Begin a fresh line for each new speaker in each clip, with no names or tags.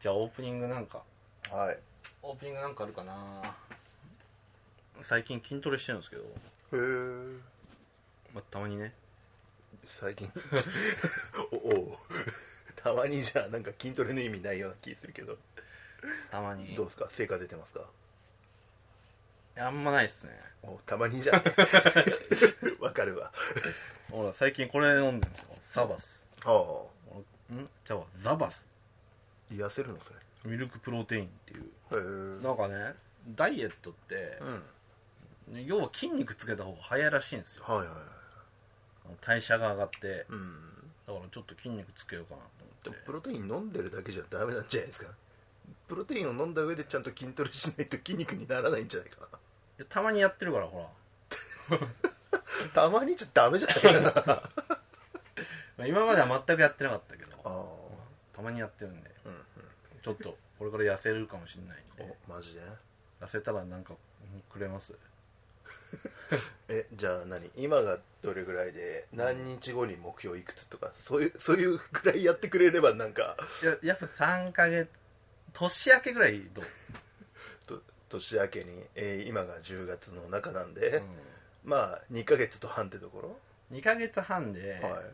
じゃあオープニングなんか
はいへ
オープニングなんかあるかな最近筋トレしてるんですけど、
え
まあ、たまにね
最近おおうたまにじゃあなんか筋トレの意味ないような気するけど
たまに
どうですか成果出てますか
あんまないっすね
おたまにじゃんわかるわ
ほら最近これ飲んでるんですよサバス
ああ
俺んじゃあザバス
痩せるのそ
ミルクプロテインっていう
れへえうん
なんかねダイエットって、要は筋肉つけた方が早いらしいんですよ
はいはいはい
代謝が上がって
うん
だからちょっと筋肉つけようかなと
で
思
も
って
プロテイン飲んでるだけじゃダメなんじゃないですかプロテインを飲んだ上でちゃんと筋トレしないと筋肉にならないんじゃないか
いやたまにやってるからほら
なたまにじゃダメじゃないかなあ
まあ今までは全くやってなかったけど
あ
たまにやってるんで
うんうん
ちょっとこれから痩せるかもしれないんで
おマジで
痩せたらなんかうんくれます
えじゃあ何今がどれぐらいで何日後に目標いくつとかそう いうそういうぐらいやってくれればなんか
いややっぱ3ヶ月年明けぐらいどう、
と年明けに、えー今が10月の中なんで
う、ん
まあ2ヶ月と半ってところ、
2ヶ月半で
はい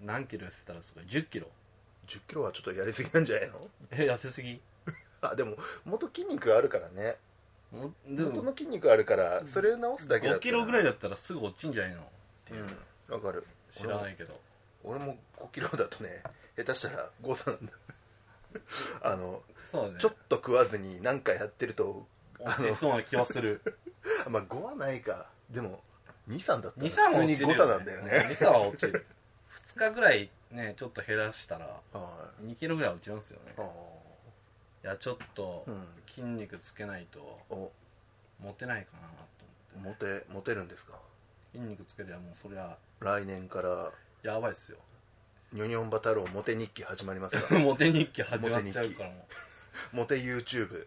何キロ痩せたらすごい1 0キロ
1 0キロはちょっとやりすぎなんじゃないの
え痩せすぎ
あでも元筋肉あるからね
もでも
元の筋肉あるからそれを直すだけだ
5
った
キ
ら
ロぐらいだったらすぐ落ちんじゃないのっていう、
うんわかる
知らないけど
俺も5キロだとね下手したら誤差なんだ あの
そうね
ちょっと食わずに何回やってるとあ
落
の
ちそうな気はす る
あまあ5はないかでも23だったら
23は
普
落
通
ち
に
る
誤差な
よ、
ん
ね
だよね、
23は落ちる2日ぐらいねちょっと減らしたら
は
2キロぐらい落ちますよね
いあ
いやちょっと
ーうん
筋肉つけないと
お
モテないかなと思って
モテモテるんですか
筋肉つけりゃもうそりゃ
来年から
やばいっすよ
ニョニョンバ太郎モテ日記始まります か
モテ日記始まっちゃうからも
モテ YouTube
う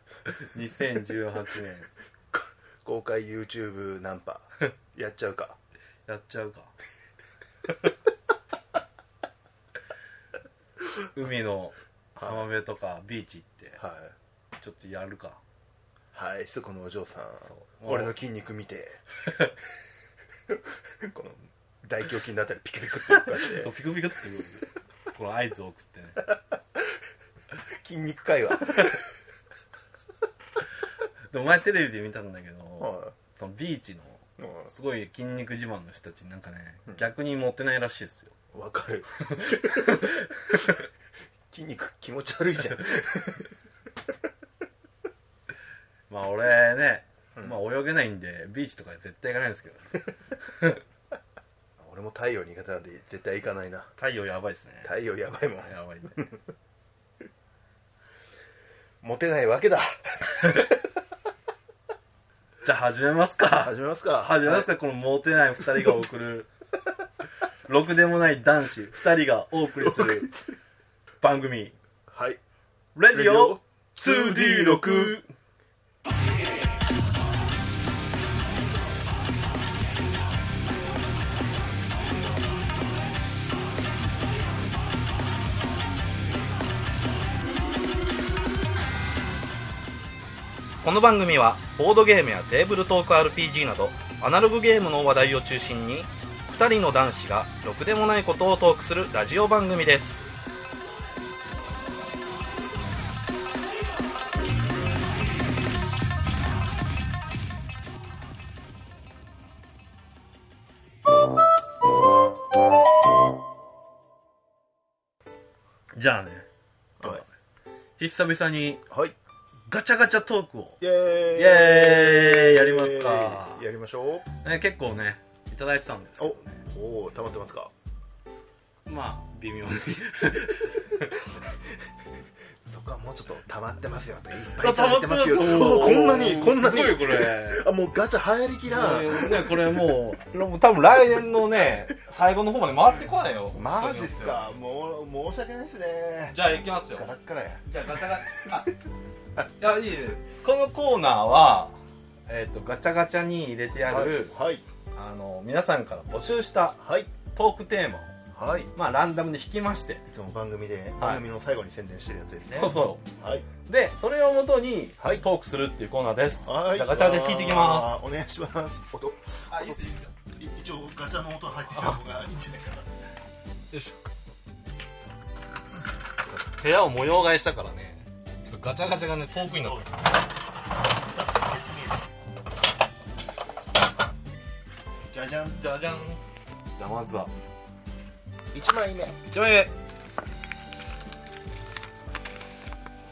2018年
公開 YouTube ナンパやっちゃうか
やっちゃう か海の浜辺とかビーチ行って
はい
ちょっとやるか
はいそこのお嬢さん
そう
俺の筋肉見て この大胸筋のあたりピクピクって動かし
ちょって と ピクピクってこの合図を送ってね
筋肉会話
でも前テレビで見たんだけど、
は
そのビーチの
いうん
すごい筋肉自慢の人たちなんかね、
うん
逆にモテないらしいですよ
わかる筋肉気持ち悪いじゃん、
まあ俺ね、
うん
まあ泳げないんでビーチとか絶対行かないんですけど
俺も太陽苦手なんで絶対行かないな
太陽やばいですね
太陽やばいもん
やばいね
モテないわけだ
じゃあ始めますか
始めますか
始めますか、このモテない2人が送るろくでもない男子2人がお送りする番組
はい
「レディオ 2D6 この番組はボードゲームやテーブルトーク RPG などアナログゲームの話題を中心に2人の男子がろくでもないことをトークするラジオ番組ですじゃあね
はい、
久々に
はい、
ガチャガチャトークを
イエーイ
イエーイやりますか
やりましょ
ね、結構ねいただいてたんですけどね
うおお溜まってますか
まあ微 妙に
そこはもうちょっと溜まってますよといっ
あ
ぱい溜まってますよ
溜まってますよ
おーこんなにこんなに
すごい これ
あもうガチャ流行りきらん
ね、これもう多分来年のね最後の方まで回ってこないよ
マジっすかもう申し訳ないですね
じゃあ行きますよ
ガラッカラや
じゃあガチャガチャあいやいいですこのコーナーは、えっとガチャガチャに入れてある、
はい
あの皆さんから募集した
はい
トークテーマを
はい
まあランダムで引きまして、
いつも番組で番組の最後に宣伝してるやつですね
そうそう
はい
でそれをもとにト
はい
ークするっていうコーナーです、
はい
じゃあガチャで聞いていきます
お願いします音
すあいいっすいいっすよ
一応ガチャの音入ってた方がいいんじゃないか
よいしょ部屋を模様替えしたからねちょっとガチャガチャがね遠くになった
じゃじゃん
じゃじゃんじゃあまずは
1枚目
1枚目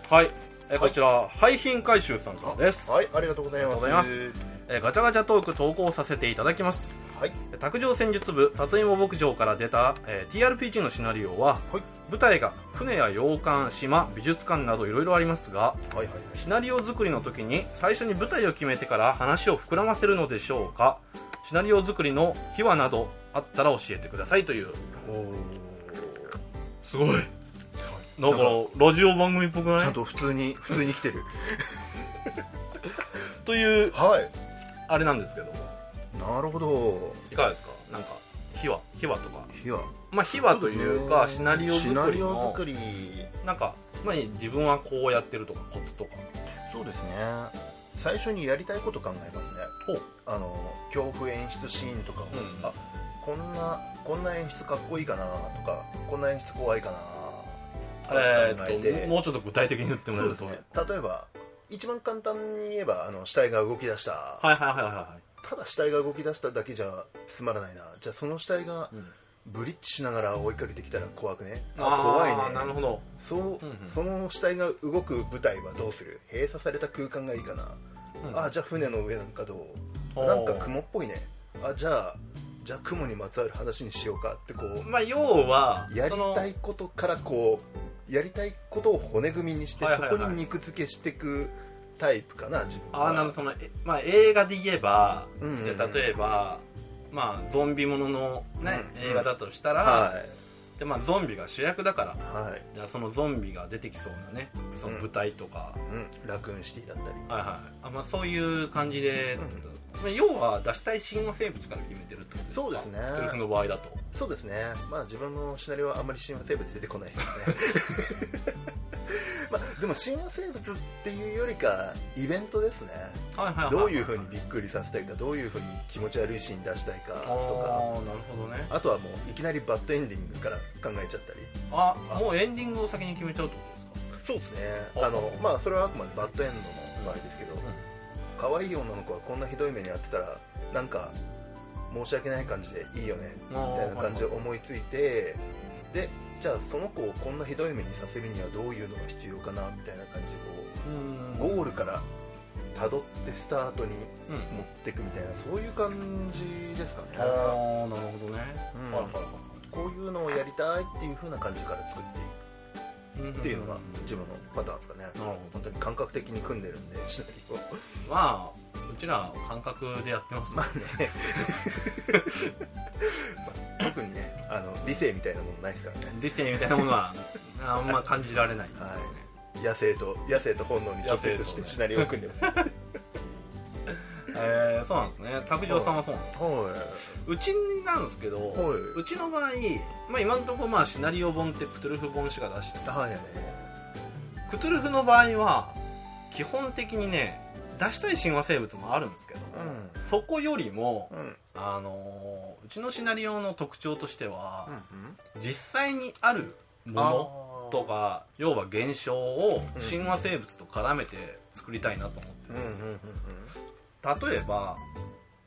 はいえこちら廃品回収さんからです、
はいありがとうございます
ありがとうえガチャガチャトーク投稿させていただきます
はい
卓上戦術部里芋牧場から出た、えー TRPG のシナリオは、
はい
舞台が船や洋館島美術館などいろいろありますが
はいはいはい
シナリオ作りの時に最初に舞台を決めてから話を膨らませるのでしょうかシナリオ作りの秘話などあったら教えてくださいという
おー
すごい
な
なんん
か
かラジオ番組っぽく
ち
な
ゃん
い
と普通に普通に来てる
という
はい
あれなんですけども
なるほど
いかがですかなんか秘話秘話とか
いや
まあ秘話というかシナリオ
シナ
作り
リオ
の
作り
なんかつまり自分はこうやってるとかコツとか
そうですね最初にやりたいこと考えますね
ほう
あの恐怖演出シーンとかを、
うん
あこんなこんな演出かっこいいかなとかこんな演出怖いかなとか
え
考えて、
ー、っともうちょっと具体的に言ってもら
そ
え
う
る
です
と、
ね例えば一番簡単に言えばあの死体が動き出した、
はいはいはいはいは
ただ死体が動き出しただけじゃつまらないなじゃあその死体が
い、
ブリッジしながら追いかけてきたら怖くね
あ
あ怖いね
ーなるほど
そう、
うんうん
その死体が動く舞台はどうする閉鎖された空間がいいかな、
うん
あじゃあ船の上なんかどう
おー
なんか雲っぽいねあじゃあじゃあ雲にまつわる話にしようかってこう
まあ要は
やり
その
たいことからこうやりたいことを骨組みにして、
はいはいはい
そこに肉付けしていくタイプかな自分
あ
は
ーなるほどその、えまあ、映画で言えば、
うんうんうん
じゃあ例えば、まあ、ゾンビものの、ね
うん
映画だとしたら、
はい
でまあ、ゾンビが主役だから
はい、
じゃあそのゾンビが出てきそうなねその舞台とか、
うん、ラクーンシティだったり
はいはいあまあ、そういう感じで、
う
まあ要は出したい神話生物から決めてるってことですか
そうですね
セルフの場合だと
そうですね、まあ、自分のシナリオはあんまり神話生物出てこないですね、 まあ、でも神話生物っていうよりかイベントですね
はいはいはい
どういうふうにびっくりさせたいかどういうふうに気持ち悪いシーン出したいか
あ
と
ーなるほどね
かあとはもういきなりバッドエンディングから考えちゃったり
あもうエンディングを先に決めちゃうってことですか
そうですね
あ
あの、まあ、それはあくまでバッドエンドの場合ですけど、可愛い女の子はこんなひどい目に遭ってたらなんか申し訳ない感じでいいよねみ
あー
たいな感じを思いついてでじゃあその子をこんなひどい目にさせるにはどういうのが必要かなみたいな感じで
うん
こうゴールから辿ってスタートに
うん
持っていくみたいなそういう感じですかね
ああーなるほどね、
うん
はいはいは
こういうのをやりたいっていう風な感じから作っていく
い
っていうのが
ん
自分のパターンですかね
なるほど
本当に感覚的に組んで るんでシナリオ
まあうちらは感覚でやってますね
まあね、まあ特にねあの理性みたいなものないですからね
理性みたいなもの はあんま感じられないですよね、
野生と野生と本能に直
野生
接
と
し
ね
てシナリオを組 んでます、
えーそうなんですね卓上さんはそうなんです
は
うちなんですけど、
はいう
ちの場合、まあ、今のところまあシナリオ本ってクトゥルフ本しか出して
い
ない
はい
クトゥルフの場合は基本的にね出したい神話生物もあるんですけど、
う
そこよりも、
うん
あのーうちのシナリオの特徴としては、
うん
実際にあるものとか要は現象を
うん
神話生物と絡めて作りたいなと思って
うん
る
うんんう
で
ん
すよ、例えば、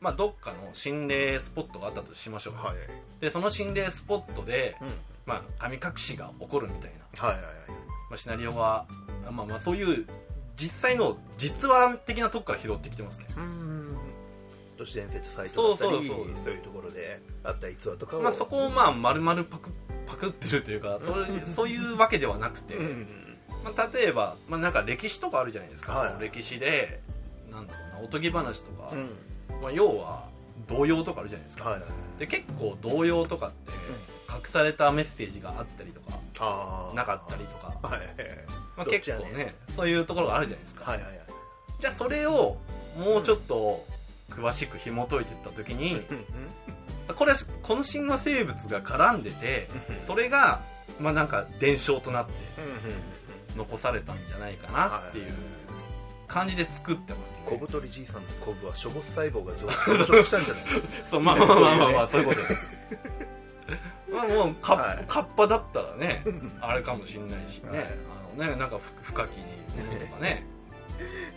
まあ、どっかの心霊スポットがあったとしましょう、
はい
でその心霊スポットで、
うん
まあ、神隠しが起こるみたいな、
はいはい
まあ、シナリオは、まあ、まあそういう実際の実話的なとこから拾ってきてますね、
うん都市伝説サイトだったり
そうそうそう
そういうところであった逸話とかを
まあ、そこをまあ丸々パクパクってるというかそれ
うん
そういうわけではなくて、
うんうん
まあ、例えば、まあ、なんか歴史とかあるじゃないですか、
はい
その歴史でなんだろうなおとぎ話とか、
うん
まあ、要は童謡とかあるじゃないですか、
はいはいはい
で結構童謡とかって隠されたメッセージがあったりとか
あー
なかったりとか、
はいはいはい
まあ、
どっち
結
や
構
ね
ねそういうところがあるじゃないですか、
はいはいはい
じゃあそれをもうちょっと詳しく紐解いていった時に、
うんうん
これこの神話生物が絡んでてそれがまあなんか伝承となって
うんうんうんうん
残されたんじゃないかなっていう感じで作ってます
小
ね
太りじいさんのコブは諸骨細胞が増 殖したんじゃない
そうまあまあまあまあま あ、そういうことですまあもうカッ,、
はい
カッパだったらねあれかもしんないしね、
はい
あのねなんかふ深きものとかね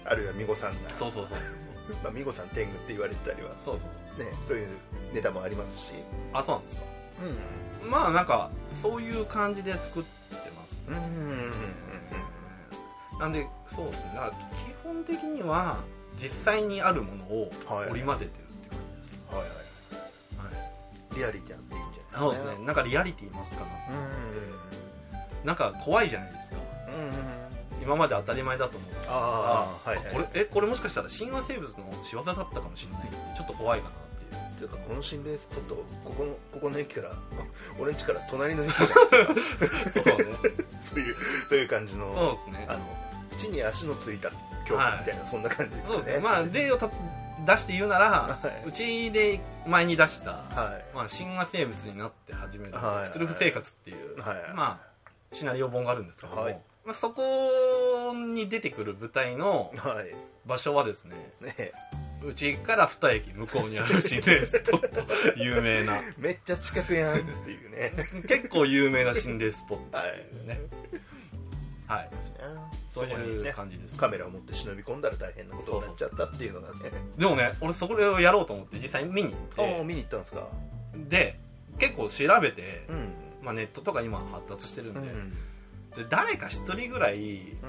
あるいはミゴさんが、
そうそうそう
まあ、ミゴさん天狗って言われてたりは
そうそうそう
ねそういうネタもありますし
あそうなんですか
うん
まあなんかそういう感じで作ってます
うんうんうんうん
なんでそうですねだから基本的には実際にあるものを
はい
織り交ぜてるっていう感じです、
はいはい
はい
リアリティあっていいんじゃない
そうですねなんかリアリティいますかななんか怖いじゃないですか
うんうんうんうん
今まで当たり前だと思う
ああはいはい
これえこれもしかしたら神話生物の仕業だったかもしれないちょっと怖いかなっていう
ていうかこの心霊スポットここのここの駅から俺ん家から隣の駅 じゃん
そうね
というという感じ の、
そうですね
あの地に足のついた恐怖みたいな、そんな感じですね
そうですねまあ例をた出して言うなら、
はいう
ちで前に出した、
はい
まあ、神話生物になって始める
はい
出力生活っていう、
はい
まあ、シナリオ本があるんですけども、
はい
まあ、そこに出てくる舞台の
はい
場所はですね
ねえ
うちから2駅向こうにある心霊スポット有名な
めっちゃ近くやんっていうね
結構有名な心霊スポット
は
っていうねはい そういう感じです、
カメラを持って忍び込んだら大変なことになっちゃったっていうのがね
でもね俺それをやろうと思って実際に見に行っ
ああー
て
見に行ったんですか
で結構調べて、
うん
まあ、ネットとか今発達してるん
う
で,、
ん
で誰か一人ぐらい
うん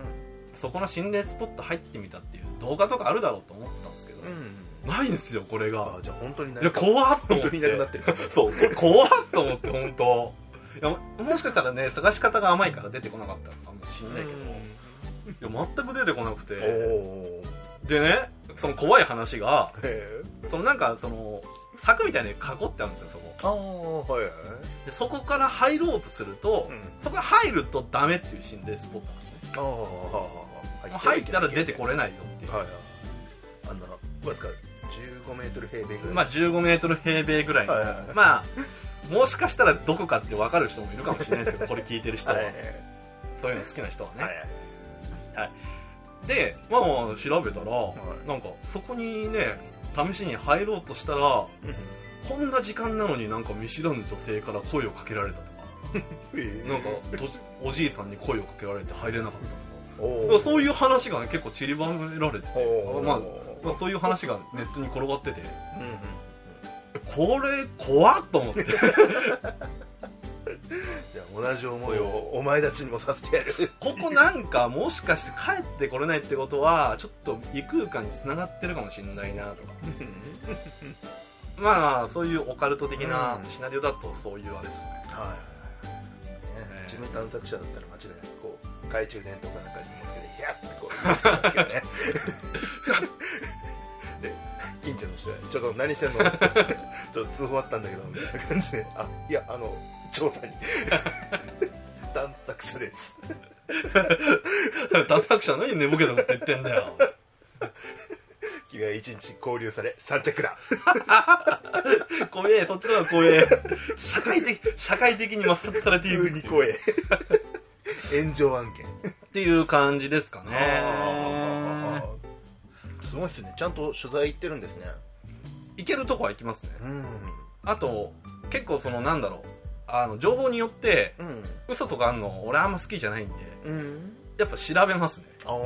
そこの心霊スポット入ってみたっていう動画とかあるだろうと思ったんですけど、
うん
ないんですよこれ
あ
が
ーじゃあ本当にない
いや怖っと
本
思
当
っ
にいなくなっててる
そうこれ怖っと思って本当いやももしかしたらね探し方が甘いから出てこなかったのかもしんないけど、いや全く出てこなく
お
て
おー
でねその怖い話が
へえ
そのなんかその柵みたいに囲ってあるんですよそこ
ああはいはい
でそこから入ろうとすると、
うん
そこ入るとダメっていう心霊スポットなんですね
ああ
もう入ったら出てこ
れ
れないよっていう、
はいはいあんなわずか15メートル平米ぐらい
まあ、1 5ル平米ぐらいの、
はいはいはい
まあもしかしたらどこかって分かる人もいるかもしれないですけどこれ聞いてる人は、
はいはい
そういうの好きな人はね、
はい
で、まあ、まあ調べたら、
い
なんかそこにね試しに入ろうとしたら
うん
こんな時間なのになんか見知らぬ女性から声をかけられたとかなんか とおじいさんに声をかけられて入れなかったとかだからそういう話がね結構散りばめられてて
おー
まあまあそういう話がネットに転がってて
うんう
こ
ん
れ怖っと思って
いや同じ思いをお前たちにもさせて やる
ここなんかもしかして帰ってこれないってことはちょっと異空間につながってるかもしれないなとかまあそういうオカルト的な
うん
シナリオだとそういうあれですね
はい、ね
ね
自分探索者だったら間違いなくこう懐中電灯かなんかに持っててヒャッてこう言ってねで近所の人はちょっと何してんの?」ちょっと通報あったんだけど」みたいな感じで「あいやあの調査に探索者です
探索者何寝ぼけたこと言ってんだよ
着替え一日交流され3着だ」
怖えそっちの方が怖え社会的社会的に抹殺されてい
急
る
に声炎上案件
っていう感じですかね
あーすごいですねちゃんと取材行ってるんですね
行けるとこは行きますね
うん
あと結構そのなんだろうあの情報によって
うん
嘘とかあんの俺あんま好きじゃないんで
うん
やっぱ調べますね
ああほう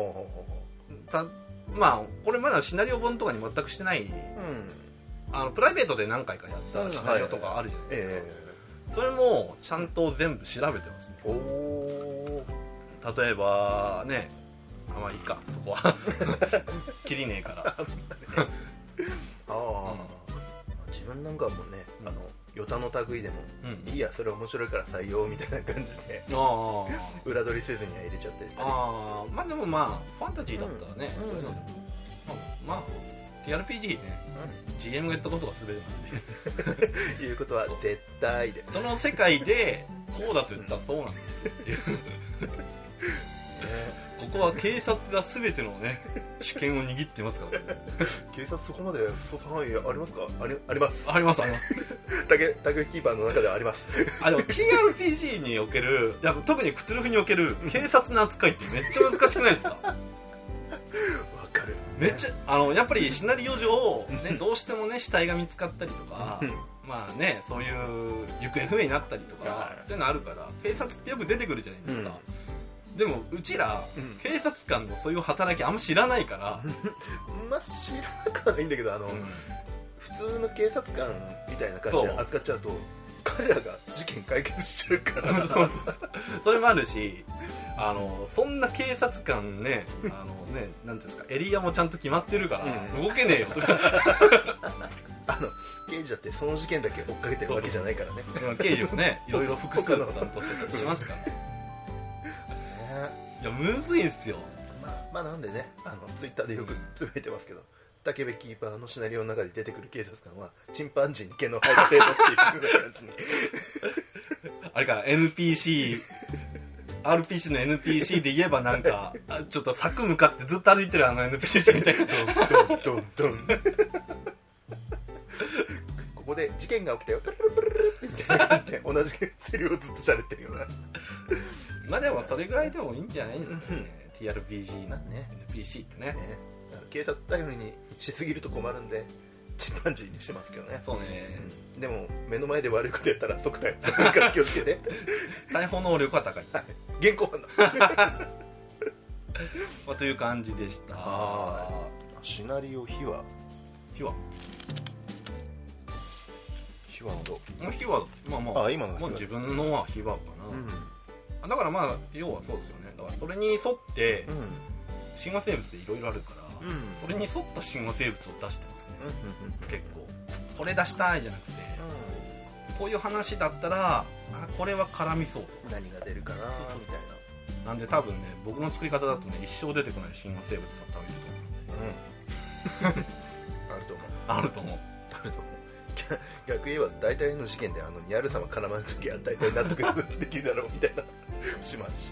ほう
た
ほ
まあこれまだシナリオ本とかに全くしてないう
うん
あのプライベートで何回かやったシナリオとかあるじゃないですか、
え
それもちゃんと全部調べてますね
えおお
例えばねあまあいいかそこ は切りねえから
ああ、自分なんかもねあの与田の類でも
うん
いいやそれ面白いから採用みたいな感じで
あ
裏取りせずには入れちゃって
あああまあでもまあファンタジーだったらね、
うん
そういうのでも、まあ、まあ TRPG ね GM がやったことが全てなんで
うん、いうことは絶対で、ね、
その世界でこうだと言ったらそうなんですよっていうここは警察が全ての ね主権を握ってますからね
警察そこまで捜査範囲ありますかありあります
ありますあります
竹竹キーパーの中ではあります
あでも TRPG におけるいや特にクトゥルフにおける警察の扱いってめっちゃ難しくないですか
わかる
めっちゃあのやっぱりシナリオ上、ね、どうしてもね死体が見つかったりとか
うん
まあねそういう行方不明になったりとか
はい
そういうのあるから警察ってよく出てくるじゃないですか、でもうちら
うん
警察官のそういう働きあんま知らないから、
まあ知らなくはないんだけどあの、普通の警察官みたいな感じで
そう
扱っちゃうと彼らが事件解決しちゃうから
それもあるしあのそんな警察官ねあのねなんていうんですかエリアもちゃんと決まってるから、
う
動けねえよとか
あの刑事だってその事件だけ追っかけてるわけじゃないからね
刑事もねいろいろ複数担当してたりしますから
ね
いやむずいんすよ
まあまあなんでねあのツイッターでよく つぶやいてますけど竹部キーパーのシナリオの中で出てくる警察官はチンパンジーに毛の生えた程度っていうような感じに
あれか NPC RPC の NPC で言えばなんかあちょっと柵向かってずっと歩いてるあの NPC みたいな
ドンドンドンここで事件が起きたよプルルルルルルみたいな感じで同じセリフをずっと喋ってるような
まあでもそれぐらいでもいいんじゃないですかね TRPG
ま
の
あね
NPC ってね
ね、警察頼りにしすぎると困るんでチンパンジーにしてますけどね、
そうね
うんでも目の前で悪いことやったら即逮捕するから気をつけて
逮捕能力は高い、
現行犯だ
まあ、という感じでした
はシナリオ秘話
火は
秘話など
もう火はまあまあ
あ今の
もう自分のは火はか
う
な、
ん
だからまあ要はそうですよねだからそれに沿って
うん
神話生物っていろいろあるから、
うんうん
それに沿った神話生物を出してますね、
うん
結構これ出したいじゃなくて
う
こういう話だったらあこれは絡みそうと
ん何が出るかな
そうそう
みたい
なんで多分ね僕の作り方だとね一生出てこない神話生物だったわけ
なうんあると思う
あると思う
あると思う逆逆言えば大体の事件であのニャル様絡まるときは大体納得できるだろうみたいなしますし、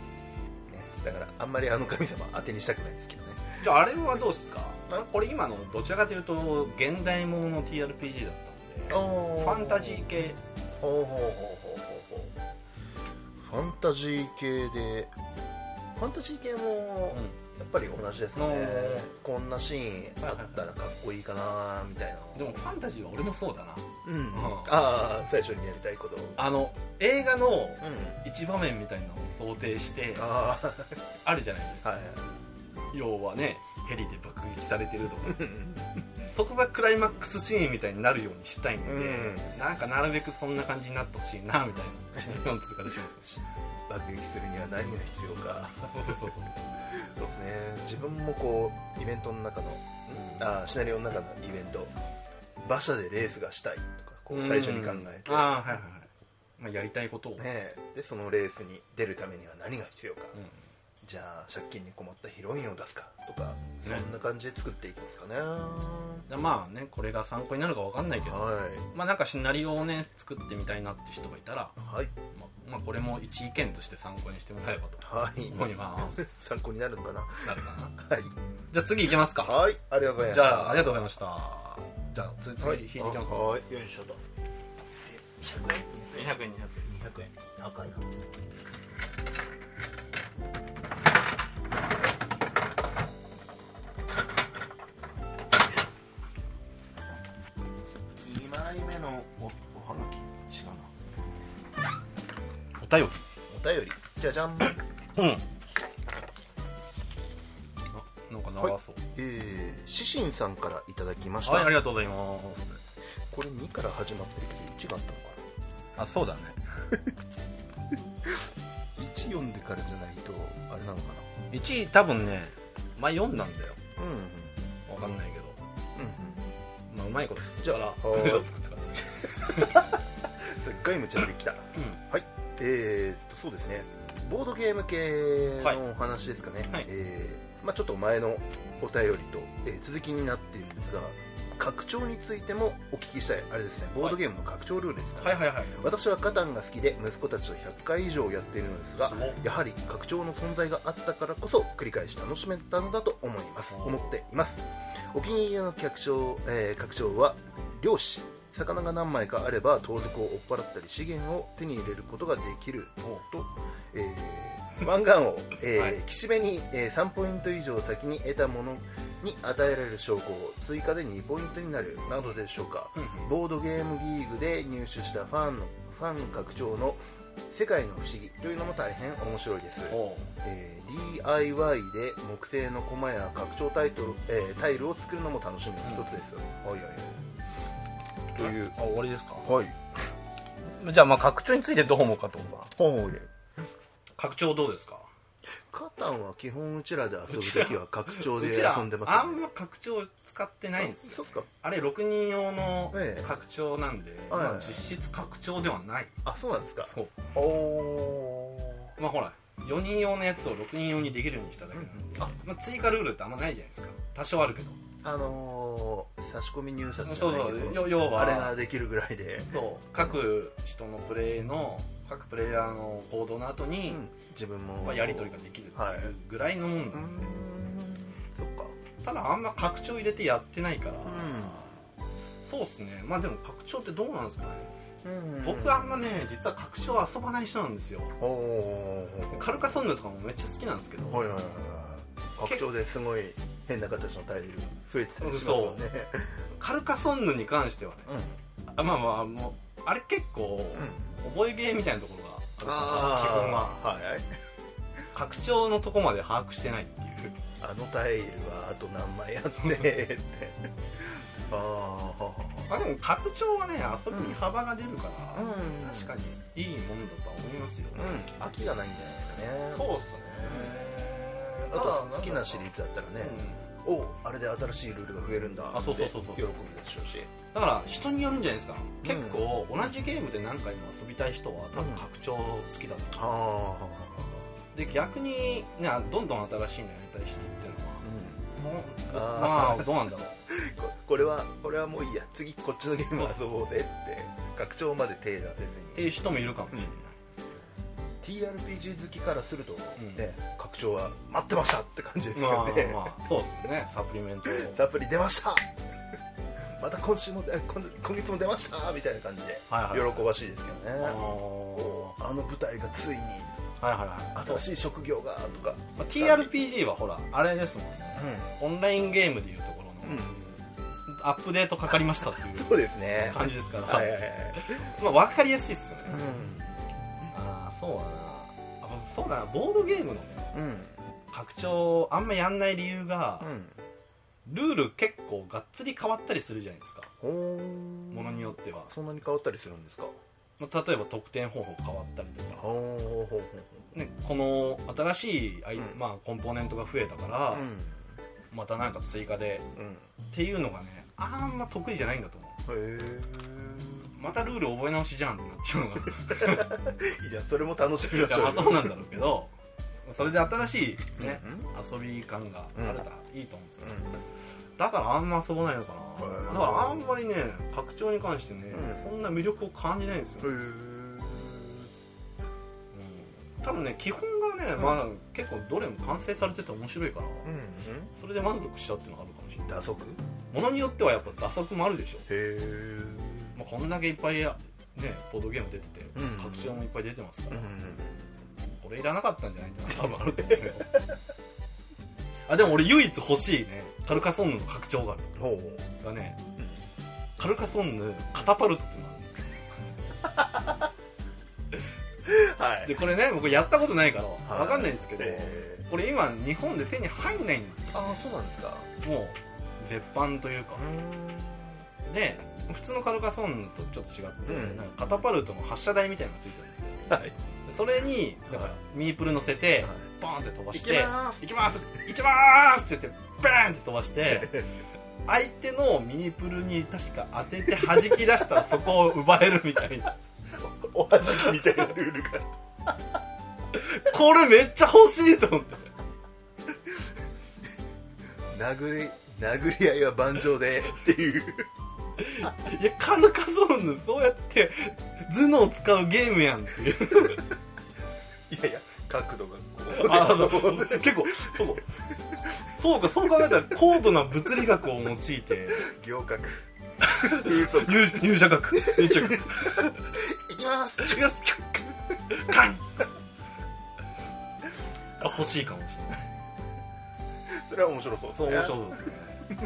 ね、だからあんまりあの神様当てにしたくないですけどね
じゃああれはどうですかまあこれ今のどちらかというと現代ものの TRPG だったんで
フ
ファンタジー系
ほうほうほうほうほうほうファンタジー系でファンタジー系もやっぱり同じですね、こんなシーンあったらかっこいいかなみたいな
でもファンタジーは俺もそうだな
うん、ああ最初にやりたいことを
あの映画の
うん
一場面みたいなのを想定して
あ
あるじゃないです
あ
か、
はい
要はねヘリで爆撃されてるとかそこがクライマックスシーンみたいになるようにしたいんで、
うん
なんかなるべくそんな感じになってほしいなみたいなシナリオの作り方しますね
爆撃するには何が必要か
そうそうそうそう
そうですね自分もこうイベントの中のあーシナリオの中のイベント馬車でレースがしたいとかこう最初に考えて、
うんああはいはいはい、まあ、やりたいことを、
ねえ、でそのレースに出るためには何が必要か、
うん
じゃあ借金に困ったヒロインを出すかとか、
ね
そんな感じで作っていきますかね
でまあねこれが参考になるかわかんないけど
はい
まあなんかシナリオをね作ってみたいなって人がいたら、
はい
まあ、まあこれも一意見として参考にしてもらえばと
はい
思います
参考になるのかな
なるかな
はい
じゃあ次行きますか
はいありがとうございまし
じ
た
ゃあありがとうございましたじゃあ次次
は
引い
い
ていきます
あはいよいしょとで100円
200円200円
200円赤いな2枚目のおおはがき違うな
お便
お便りじゃじゃん
りうんあなんか長そう、
えー、シシンさんからいただきました、
はい、ありがとうございます。
これ2から始まってるけど1があったのか
あ、そうだね。
な1読んでからじゃないとあれなのか
1位多分ね、前読んだんだよ。
なうんうんうん
わかんないけど。
う
まあ、うまいこと
じゃあ
から、嘘作ったから。
ん すっごい無茶ぶりきた
う
はい、えー、っとそうですね、ボードゲーム系のお話ですかね、
はい
えーまあ、ちょっと前のお便りと、えー続きになっているんですが、拡張についてもお聞きしたいあれですねボードゲームの拡張ルールですね、
はいはいはい
私はカタンが好きで息子たちと100回以上やっているのですが
すごい
やはり拡張の存在があったからこそ繰り返し楽しめたのだと思います
うん
思っていますお気に入りの拡張,、えー拡張は漁師魚が何枚かあれば盗賊を追っ払ったり資源を手に入れることができると、えー、湾岸を、えー
はい
岸辺に、えー3ポイント以上先に得たものに与えられる証拠を追加で2ポイントになるなどでしょうか、ボードゲームリーグで入手したファンのファン拡張の「世界の不思議」というのも大変面白いです、
お
えー DIY で木製の駒や拡張タイトル、えータイルを作るのも楽しみの一つです、はいはいはいという
あ終わりですか
はい
じゃあまあ拡張についてどう思うかってことだな
本を入れる
拡張どうですか
カタンは基本うちらで遊ぶときは拡張 で
う
遊
ちらあ
ん
ん
でますよね
ま拡張使ってないんですよ
そうっすか
あれ6人用の
ええ
拡張なんで、
はい
まあ、実質拡張ではない
あそうなんですか
そう
おお
まあほら4人用のやつを6人用にできるようにしただけなんで、
ーあ
まあ、追加ルールってあんまないじゃないですか多少あるけど
あのー、差し込み入札じゃないけ
そ
ど
うそうよ要は
あれができるぐらいで、
そう各人のプレイの各プレイヤーの行動の後
う
に、
ん、自分も、
まあ、やり取りができるって
は
い
い
うぐらいのもん
う
だ、
ーんそっか
ただあんま拡張入れてやってないから、
う
そうっすねまあでも拡張ってどうなんですかね、
ん、うん、
僕あんまね実は拡張遊ばない人なんですよ
おお
カルカソンヌとかもめっちゃ好きなんですけど、
はいはいはいはい拡張ですごい変な形のタイル増えてたりしますもんね
カルカソンヌに関してはね
うん
あまあまあもうあれ結構、覚えゲーみたいなところがあるから基本は
あーはい
拡張のとこまで把握してないっていう
あのタイルはあと何枚あってってああはは
まあでも拡張はね遊びに幅が出るか
は
ら、
うん
確かにいいもんだとは思いますよ、
うん飽きがないんじゃないですかね
そうっすね
あとは好きなシリーズだったら
ズ
ね、おうあれで新しいルールが増えるんだ
あそうそうそうそう
って喜ぶでしょうし
だから人によるんじゃないですか、
ん
結構同じゲームで何回も遊びたい人は多分拡張好きだと、
ああ
で逆に、ね、どんどん新しいのやりたい人っていうのはも
うん
う
あ
まあどうなんだろう
ここれはこれはもういいや次こっちのゲーム遊ぼうぜって拡張まで手出せず
ってい
に
う人もいるかもしれ ない、
TRPG 好きからすると、
ん
ね拡張は待ってましたって感じですよね、
まあまあそうですよねサプリメントを
サプリ出ました また今週もえ今今月も出ましたみたいな感じで
はいはいはい
喜ばしいですけど
あ
ね、
ー
あの舞台がついに
はいはいはい
新しい職業がとか、
まあ TRPG はほらあれですもんねオンラインゲームでいうところ
う
の、
ん、
アップデートかかりましたってい
そうですね
う感じですから、
はいはいはい、
まあ分かりやすいっすよね、
う
ああそうだなあそうだなボードゲームのね
んうん
拡張あんまやんない理由が、
うん
ルール結構がっつり変わったりするじゃないですか
ほー
ものによっては、
そんなに変わったりするんですか
まあ、例えば得点方法変わったりとか、
ほーほーほー
ね、この新しいアイ、
うん
まあ、コンポーネントが増えたか
ほ
ら、
ー
またなんか追加で
うんうん
っていうのがねあんま得意じゃないんだと思う
へえ
またルール覚え直しじゃんってなっちゃうのがい
いいじゃんそれも楽しみまし
や
ょう
ま
よ
あそうなんだろうけどそれで新しいね、
うん
遊び感があるからいいと思うんですよ、
う
だからあんま遊ばないのかな
へー
だからあんまりね拡張に関してね、
うん
そんな魅力を感じないんですよ、
んへ
うん多分ね基本がね、まあ、結構どれも完成されてて面白いから、
えうん
それで満足しちゃうっていうのがあるかもしれない
打足へ
ものによってはやっぱ打足もあるでしょ、
え
まあ、こんだけいっぱいやねボードゲーム出てて、
うん
拡張もいっぱい出てますか
う
ら、
ん
これいらなかったんじゃないかな多分あると思うよ あでも俺唯一欲しいねカルカソンヌの拡張がある
ほう
がねカルカソンヌカタパルトっていうのがあるんですよ
はい
でこれね僕やったことないからわかんないんですけど、
え
これ今日本で手に入んないんですよ
ーああそうなんですか
もう絶版というか
う
で普通のカルカソンヌとちょっと違って、
うん
なんかカタパルトの発射台みたいなのがついてるんですよ
んはい
でそれになんか
はい
ミープル乗せて、
は
バーンって飛ば
い
し
き
て
ま
「
ー
行きます行きます!」って言ってバーンって飛ばして
す
相手のミープルに確か当てて弾き出したらそこを奪えるみたいな
おはじきみたいなルールが
これめっちゃ欲しいと思って
殴り殴り合いは盤上でっていう
いやカルカソンヌそうやって頭脳使うゲームやんっていう
いやいや角度が
あ
こ
そう 結構そうそうかそう考えたら高度な物理学を用いて
行角風速
入入社 学入社学
いきます
違うカンあ欲しいかもしれない
それは面白そうです
そう
ね
面白そうです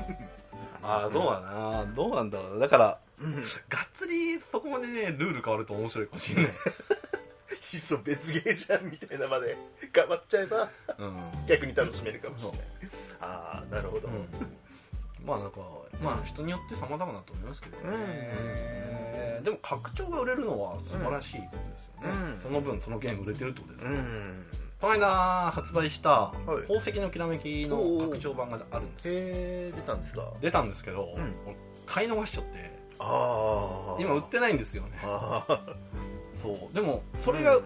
ねああどうやなどうなんだろうだから
うん
がっつりそこまでねルール変わると面白いかもしれない、
いっそ別ゲーじゃんみたいなまで頑張っちゃえば
うん
逆に楽しめるかもしれないああなるほど、
うん、まあなんかまあ人によって様々だと思いますけどね、
うん
えーでも拡張が売れるのは素晴らしいことですよね、
うん
その分そのゲーム売れてるってことです、
うん
この間発売した
い
宝石のきらめきの拡張版があるんです
えー、出たんですか
出たんですけど、
うん
俺買い逃しちゃって
ああ
今売ってないんですよね
ああ
そうでもそれが
うん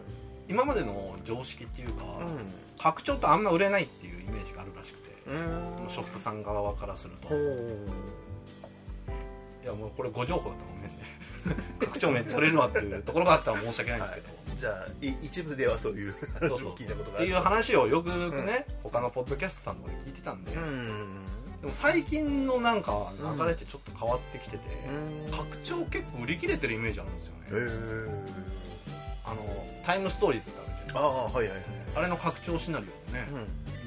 今までの常識っていうか、
う
拡張ってあんま売れないっていうイメージがあるらしくて、
ん
ショップさん側からすると、
ほ
いうやもうこれ誤情報だったらごめんね 拡張めっちゃ売れるわっていうところがあったら申し訳ないんですけど、
じゃあい一部ではそう いう話を聞いたこと
っ
があ
て
る
いう話をよくよくね、他のポッドキャストさんとかで聞いてたんで、
うん
でも最近のなんか流れってちょっと変わってきてて、
うん
拡張結構売り切れてるイメージあるんですよね
え、ー、
あのタイムストーリーズってあるじゃ
あ
ない
あはいはいはい
あれの拡張シナリオもね
う、ん
も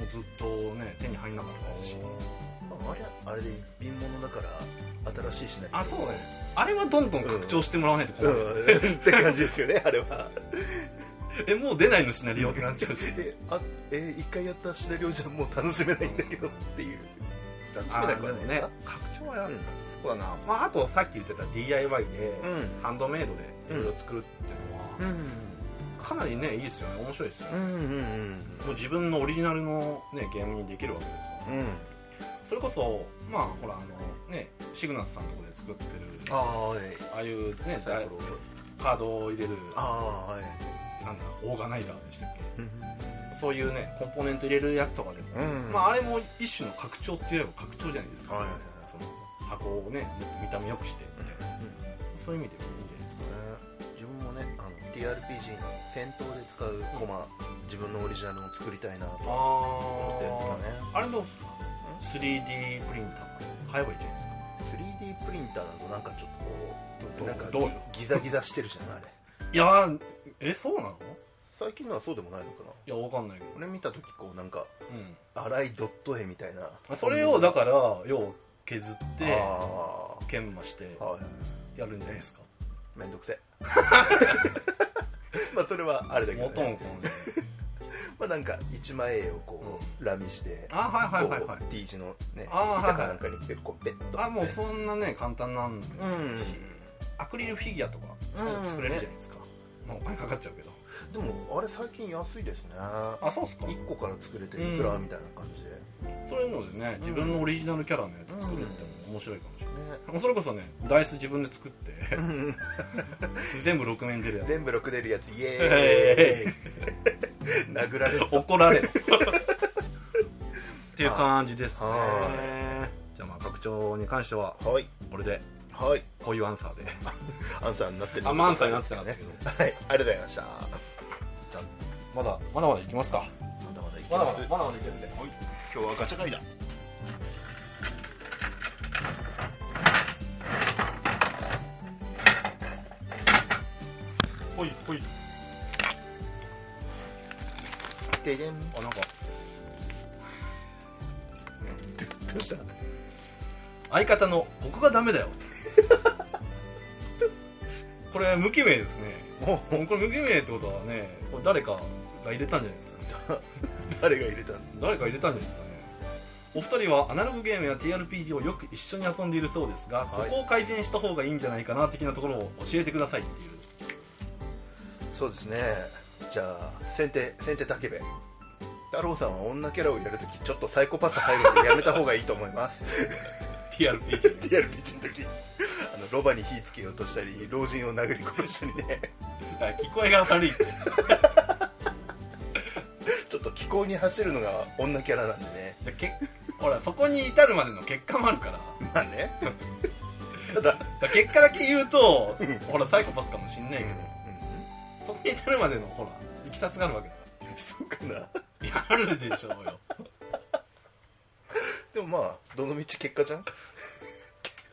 うずっとね手に入んなかったですし
まあ、あれあれで一品物だから新しいシナリオ
あそうだねあれはどんどん拡張してもらわないと困る、
うんって感じですよねあれは
えもう出ないのシナリオってなっちゃうし
えあえー一回やったシナリオじゃもう楽しめないんだけどっていう楽しめなくはない
ね
な
拡張はやるんだ、そうだな、まあ、あとさっき言ってた DIY で、ハンドメイドでいろいろ作るっていうのは、
うん
かなりねいいですよね面白いですよね、
うんうんうん
もう自分のオリジナルの、ね、ゲームにできるわけですから、
うん
それこそまあほらあのねシグナスさんのとこで作ってるあ
あーはい
あいうね
サイコロ
カードを入れる
あーはい
なんだオーガナイザーでしたっ
うん
けそういうねコンポーネント入れるやつとかでも、
うん
まあ、あれも一種の拡張っていえば拡張じゃないですか、
はいはいはい
その箱をね見た目良くしてみたいな
うん
そういう意味でもいいんじゃないですか
自分もねあの TRPG の戦闘で使うコマ、自分のオリジナルを作りたいなと思ってるんですよね
ああれどうすか 3D プリンター買えばいいじゃないですか
3D プリンターだとなんかちょ
ど
っとこう
う
なんか
どう
ギザギザしてるじゃないあれ
いやーえそうなの
最近のはそうでもないのかない
やわかんないけど、
俺見た時こうなんか
うん
粗いドット絵みたいな
まあ、それをだから要は削って
あ
研磨して
あはい
やるんじゃないですか
めんどくせ えまあそれはあれだけど、
元も
ね
子、もね
まあなんか一枚絵をこう、ラミして
あはいはいはいはい
こう T 字のね
あー
板かなんかにペッコペッと
あもう
ね
そんなね簡単なんだ
うん
しアクリルフィギュアとか
うん
作れるじゃないですか、まあお金かかっちゃうけど
でもあれ最近安いですね
あそうっすか
1個から作れていくらみたいな感じで、
そういうのでね自分のオリジナルキャラのやつ作るっても面白いかもしれない、それこそねダイス自分で作って
ね
全部6面出るや つ
全部6出るやつイエーイ殴られる
怒られるっていう感じですね
は
じゃあまあ拡張に関しては
はい
これで
はい
こういうアンサーで
アンサーになってる
あまあアンサーになってなかったけど
はいありがとうございましたま
じゃあ まだまだまだいきますか
だまだいき
ま
ま
だ
す
まだまだまだいけるね
今日はガチャ会だ
ほいほい
でで
あ
ん
なんか
どうした
相方の「ここがダメだよ」これ無記名ですね
もう
もうこれ無記名ってことはねこれ誰かが入れたんじゃないですかね
誰が入れたんで
誰か入れたんじゃないですかねお二人はアナログゲームや TRPG をよく一緒に遊んでいるそうですが、
はい
ここを改善した方がいいんじゃないかな的なところを教えてくださいっていう
そうですねじゃあ先手先手武部太郎さんは女キャラをやるときちょっとサイコパス入るのでやめた方がいいと思います
TRPG ね
TRPG の時あのロバに火つけようとしたり老人を殴り殺したりね
だから聞こえが悪いって
ちょっと気候に走るのが女キャラなんでね
でけほらそこに至るまでの結果もあるから
まあねただ、
だから結果だけ言うと
うん
ほらサイコパスかもしんないけど、
う
そこに至るまでのほらいきさつがあるわけだか
ん、そうかな
らいやあるでしょうよ
でもまあどの道結果じゃん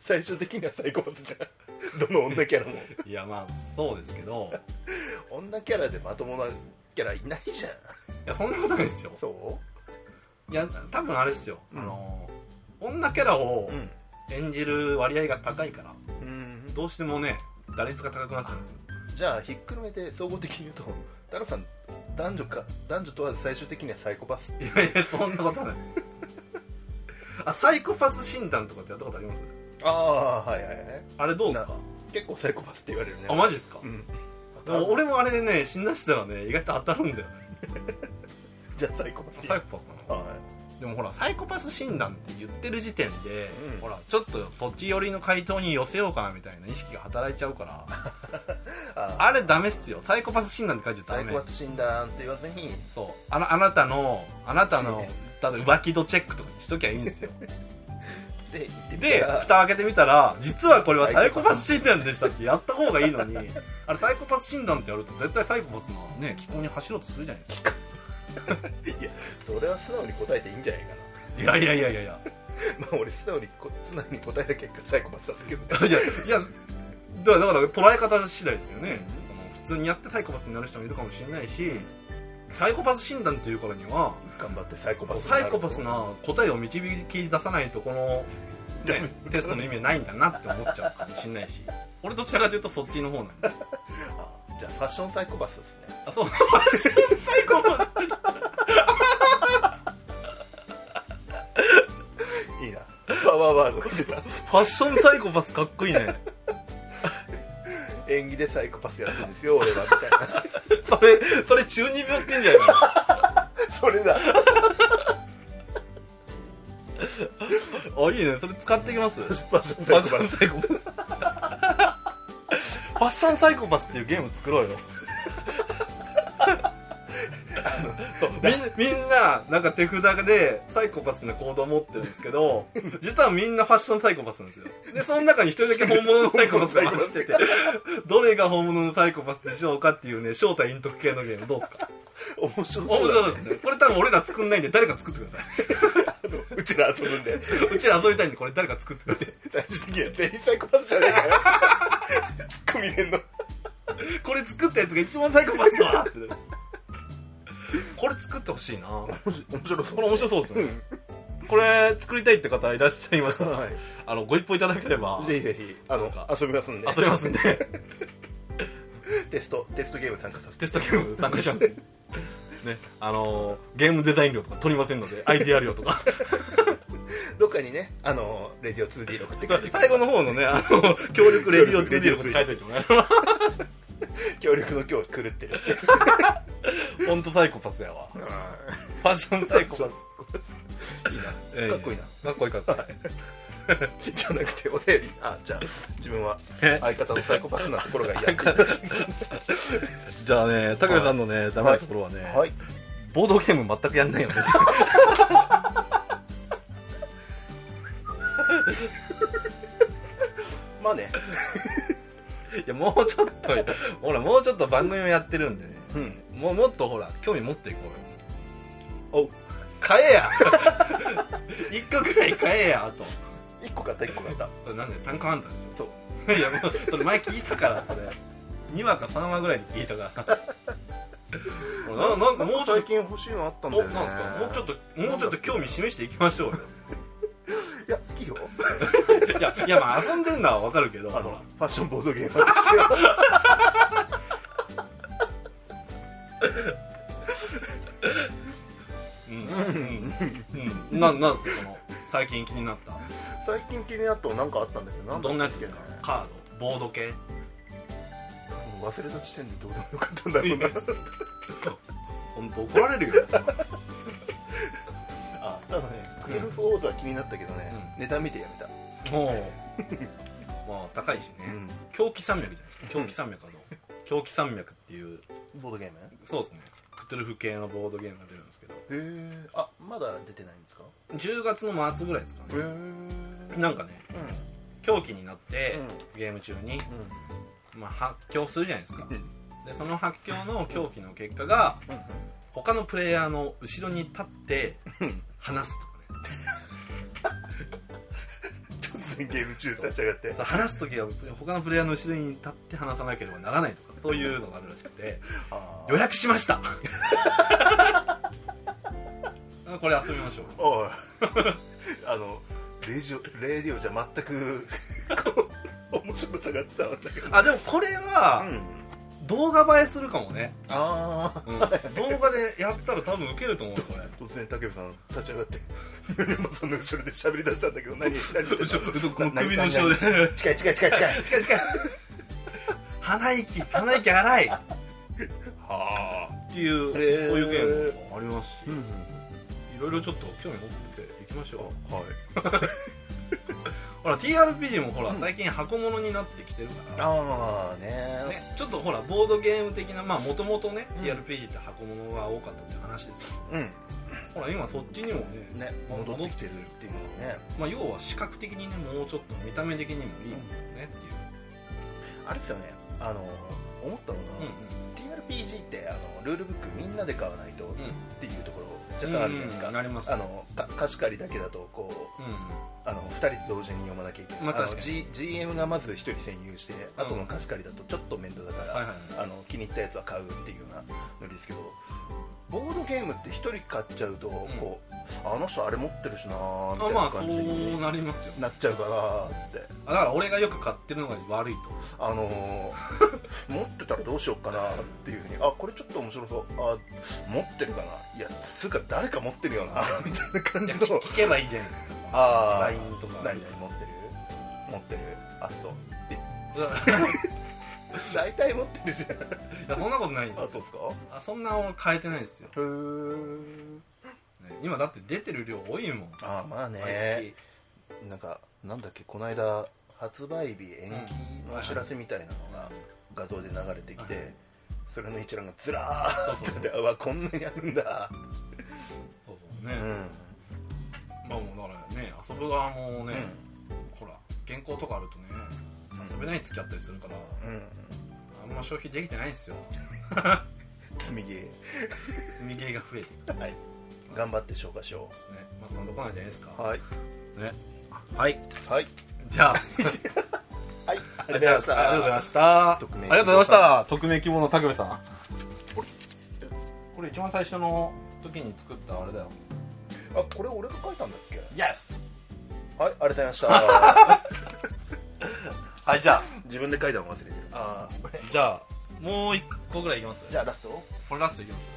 最終的にはサイコパスじゃんどの女キャラも
いやまあそうですけど
女キャラでまともなキャラいないじゃん
いやそんなことないですよ
そ
いや多分あれですよ、
うん
あの女キャラを
ううん
演じる割合が高いから
うん
どうしてもね打率が高くなっちゃうんですよ
じゃあひっくるめて総合的に言うと太郎さん男女か男女問わず最終的にはサイコパス
いやいやそんなことない あサイコパス診断とかってやったことあります
ああはいはいはい
あれどうですか
結構サイコパスって言われるね
あマジですか
う、ん
でも俺もあれでね診断してたらね意外と当たるんだよね
じゃあサイコパス
サイコパスなの
は
でもほらサイコパス診断って言ってる時点で、
うん
ほらちょっとそっち寄りの回答に寄せようかなみたいな意識が働いちゃうから
いあ
あれダメっすよサイコパス診断って書いちゃダ
サイ
メ
コパス診断って言わずに
そうあのあなたのあなた
そう
の
ね
ただ浮気度チェックとかにしときゃいいんですよ
で言ってみた
で
ら
蓋開けてみたら実はこれはサイコパス診断でしたってやった方がいいのにあれサイコパス診断ってやると絶対サイコパスのね気候に走ろうとするじゃないですか
それは素直に答えていいんじゃないかな
いやいやいやいやいや
まあ俺素直にこ素直に答えた結果サイコパスだったけどね
いやいやだからだから捉え方次第ですよね、
う
その普通にやってサイコパスになる人もいるかもしれないし、サイコパス診断っていうからには
頑張ってサイコパスにな
サ
る
イコパスな答えを導き出さないとこの、ね、テストの意味はないんだなって思っちゃうかもしれないし俺どちらかというとそっちの方なんで
あじゃあファッションサイコパスですね
あそうサイコパス
いいな パワーワード出てた
ファッションサイコパスかっこいいね
演技でサイコパスやってるんですよ俺はみたいな
それそれ中二病って言うんじゃないか
それだ
あいいねそれ使ってきます
ファッション
ファ
サイ
ッ
コ
ショ
パ
ン
ス
サイコパス ファッションサイコパスっていうゲーム作ろうよそうみんみんななんか手札でサイコパスな行動を持ってるんですけど実はみんなファッションサイコパスなんですよでその中に一人だけ本物のサイコパスが走って てどれが本物のサイコパスでしょうかっていうね正体隠匿系のゲームどうですか
面白そうだ
面白いですねこれ多分俺ら作んないんで誰か作ってくださ
うちら遊ぶんで
いうちら遊びたいんでこれ誰か作ってください
最終的には全員サイコパスじゃねえかよツッコミれんの
これ作ったやつが一番サイコパスだわってなるこれ作ってほしいなこ
面白そう
れ面白そうですね、これ作りたいって方いらっしゃいましたら
はい
あのご一報いただければ
ぜひぜひあ
なん
の
か
遊びますんで
遊びますんで
テストテストゲーム参加させて
テストゲーム参加しますねあのゲームデザイン料とか取りませんのでアイディア料とか
どっかにねあのレディオ 2D6 って書いて
最後の方のねあの協力レディオ 2D と か書いといてもらえれば
協力の今日狂ってる
ホントサイコパスやわフ
か
ァッションサイコパスいいな、ええ
っこいい
か
な
っこいいかっこいい
じゃなくてお便りあじゃあ自分は
え
相方のサイコパスなところが嫌って
じゃあね拓哉さんのねダメなところはね、
はい
ボードゲーム全くやんないよね
まあね
いやもうちょっとほらもうちょっと番組をやってるんでね
うん
もうもっとほら興味持っていこう
お
よ買え や一個くらい買えやあと
一個買った一個買った
それなんで単価判断で
そう
しょ いやもうそれ前聞いたからそれ2話か3話ぐらいで聞いたから ほらななんかもうちょっ
最
と
近欲しいのあった
お
んだよ
なん
ね
ですかもうちょっともうちょっと興味示していきましょうよ
いや好きよ
いやいやまあ遊んでるのはわかるけどほ
あ
ら
のファッションボードゲームですよ
うんうんうんななんですかその最近気になった
最近気になったのなんかあったんだけ どなんだ
どんなやつ
け
です
ね
かカードボード系
もう忘れた時点でどうでもよかったんだろうな
本当怒られるよ
あただねクールフォーズは気になったけどね、ネタ見てやめた
もう まあ高いしね、
うん
狂気山脈じゃないですか狂気山脈の狂気山脈っていう
ボードゲーム
そうですねクトゥルフ系のボードゲームが出るんですけど
へえあまだ出てないんですか
10月の末ぐらいですか
う
ね、
ん
なんかね狂気になって、ゲーム中に、まあ、発狂するじゃないですか
うん
でその発狂の狂気の結果が他のプレイヤーの後ろに立って
うん
話すとかね
突然ゲーム中立ち上がって
さ話す時は他のプレイヤーの後ろに立って話さなければならないとかそういうのがあるらしくて
あ
予約しました あこれ遊びましょう
おいあのレジオレディオじゃ全くこう面白さが伝わったけど
あでもこれは
ん
動画映えするかもね、
ああ
うん、動画でやったら多分ウケると思うよこれ
突然武部さん立ち上がって米山さんの後ろで喋り出したんだけど何何言ってんの
この首の後ろで
近い近い近い近い近い近い
鼻息鼻息荒 い
はあ
っていう、
へー
そういうゲームもありますし、
うん
いろいろちょっと興味持っていきましょ
はいう
ほら TRPG もほら、
うん
最近箱物になってきてるから
ああね
ね、ちょっとほらボードゲーム的なまあもともとね、
うん
TRPG って箱物が多かったって話ですよ
うん
ほら今そっちにもね
ね
まあ
戻ってきてるっていうね
まあ、要は視覚的にねもうちょっと見た目的にもいいもんねっていう、
あれですよねあの思ったのが、
うん
TRPG ってあのルールブックみんなで買わないと
うんうん
っていうところ若干あるじゃないですか、
うんあります
あのか貸し借りだけだとこう
う
あの2人で同時に読まなきゃいけない、
まあ
の
確か
G GM がまず1人占有して後の貸し借りだとちょっと面倒だから、
んはいはい
あの気に入ったやつは買うっていうようなノリですけどボードゲームって1人買っちゃうと、こうあの人あれ持ってるしなーみた
あ
い
ま
な
あそ
感じ
う
に
なりますよ
なっちゃうかなーって
あだから俺がよく買ってるのが悪いと
あのー 持ってたらどうしようかなっていうふうにあこれちょっと面白そうあ持ってるかないやつうか誰か持ってるよな みたいな感じの
聞けばいいじゃないですか
ああ
LINE とか
何々持ってる持ってるあそう 大体持ってるじゃん
いやそんなことないんで
あ
す
そ
よ
うですか
あそんな俺変えてないですよ、
へー
ね今だって出てる量多いもん
ああまあ
毎
ね
月
なんかなんだっけこの間発売日延期のお知らせみたいなのが画像で流れてき
は
てそれの一覧がずらー
そうそう
っとわこんなにあるんだ
そうそうね、
うん
まあもうだからね遊ぶ側もね、
う
ほら原稿とかあるとね
ん
遊べない月あったりするから、
うん
あんま消費できてないんです よ
積みゲ
積みゲーが増えていくね
ーはい頑張って消化しよ
まあそんなとこなんじゃないです
う
か
はい
はい
はい
じゃあ
はいありがとうございました
ありがとうございましたあ
匿名
りがとうございました匿名希望の武部さん
これ
これ一番最初の時に作ったあれだよ
あこれ俺が書いたんだっけ
イエス
はいありがとうございました
はいじゃあ
自分で書いたの忘れてるああ
じゃあもう一個ぐらいいきます
じゃあラスト
これラストいきます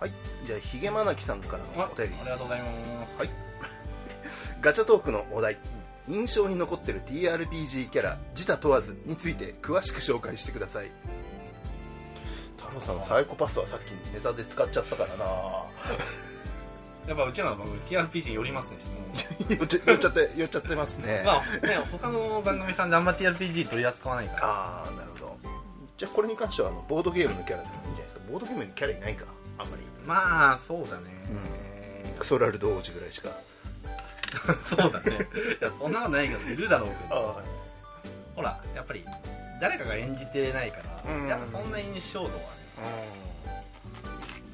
はいじゃあひげまなきさんからのお便り
ありがとうございます
ガチャトークのお題印象に残ってる TRPG キャラ自他問わずについて詳しく紹介してください太郎さんサイコパスはさっきネタで使っちゃったからな
やっぱうちらの番組 TRPG に寄りますね質問
言っちゃ言っちゃって言っちゃってますね
まあね他の番組さんであんま TRPG 取り扱わないから
ああなるほどじゃあこれに関してはあのボードゲームのキャラでもいいんじゃないですかボードゲームにキャラいないかあんまり
まあそうだね、
クソラルド王子ぐらいしか
そうだねいやそんなことないけどいるだろうけど
あ
ほらやっぱり誰かが演じてないから、
うん
やっぱそんな印象度はね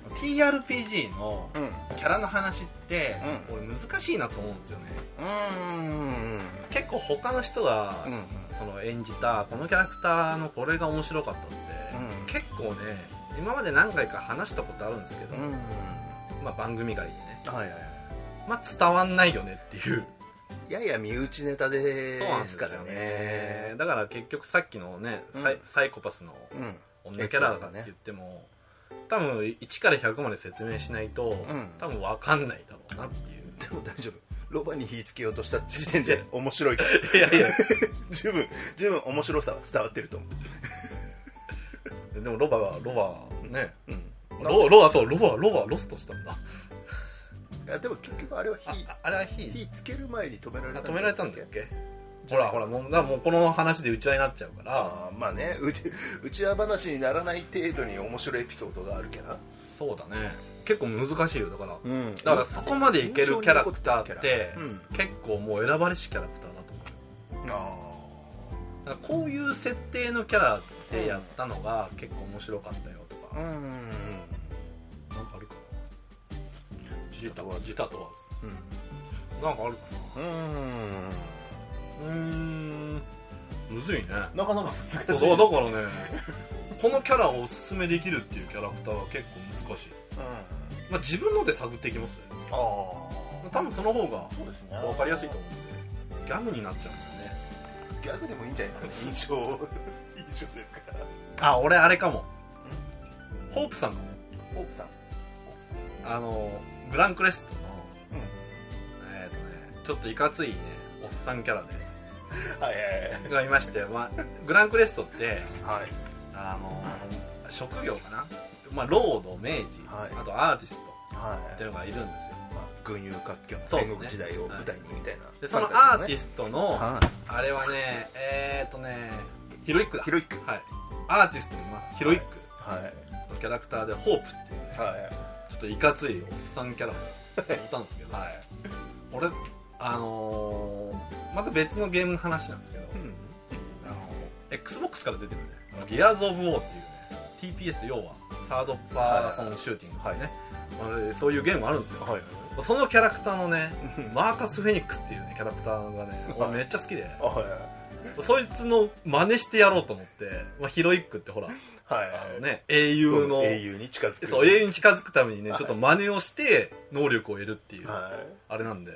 あ
TRPG の
うんうん
キャラの話って、
う
俺難しいなと思うんですよね
うん
結構他の人が、
うん
その演じたこのキャラクターのこれが面白かったって、
うん
結構ね今まで何回か話したことあるんですけど、
うん
まあ、番組外でね
はいはいはい
まあ伝わんないよねっていう
やや身内ネタで
そうなんですす
から
よ
ね
ねだから結局さっきのね、
うん
サイサイコパスの
うん
女キャラだって言っても、多分1から100まで説明しないと、
ん
多分分かんないだろうなっていう
でも大丈夫ロバに火つけようとした時点で面白いから
いやいや
十分十分面白さは伝わってると思
でもロバがロバね
ううん
ロロバそうロバロバロストしたんだ
いやでも結局あれは火
あれは火
火つける前に止められ
あ
た
止められたんだっ
け
けほらほらもうだからもうこの話でうちわになっちゃうから
ああまあねうちうちわ話にならない程度に面白いエピソードがあるけな
そうだね結構難しいよだから
うん
だからそこまでいけるキャラクターって
うん
結構もう選ばれしキャラクターだと思うよ
あ
だからこういう設定のキャラでやったのが結構面白かったよと
あう
か、
ん
なんかあるかなジ
タは
ジタとは
うん
なんかあるか
うん
なうーんむずいね
なかなか難しい
そうだからねこのキャラをおすすめできるっていうキャラクターは結構難しい、
うん
まあ、自分ので探っていきますよ
ああ
多分その方が
そうですね
分かりやすいと思うんでギャグになっちゃうんだよね
ギャグでもいいんじゃないかな印象印象というか
あ俺あれかもホープさんかも
ホープさん
あのグランクレストの
うん
えーとね、ちょっといかついねおっさんキャラで
はいはいはい
がいまして、まあ、グランクレストって
はい
あの職業かな、まあ、ロード明治、
はい
あとアーティスト
はい
っていうのがいるんですよ
まあ、群雄割拠の
そうですね
戦国時代を舞台にみたいな、
でそのアーティ
ス
スト
ト
のあ
はい
れはねえーとねヒロイックだ
ヒロイック
はいアーティストの、まあ、ヒロイック
はい
のキャラクターでホープっていうね
は
ちょっといかついおっさんキャラをやったんですけど、俺あのーまた別のゲームの話なんですけど、
い、うん、
あの XBOX から出てるねあのギアーズ・オブ・ウォーっていうね TPS 要はサードパーソンシューティングってね、まあそういうゲームがあるんですよ、
はい
そのキャラクターのねマーカス・フェニックスっていうねキャラクターがね
はい
俺めっちゃ好きで
あはい
そいつの真似してやろうと思って、まあ、ヒロイックってほら
はい
あ
はい
のね英雄の
英雄に近づく
そう
雄
英雄に近づくためにね
はい
ちょっと真似をして能力を得るっていう、
は
あれなんで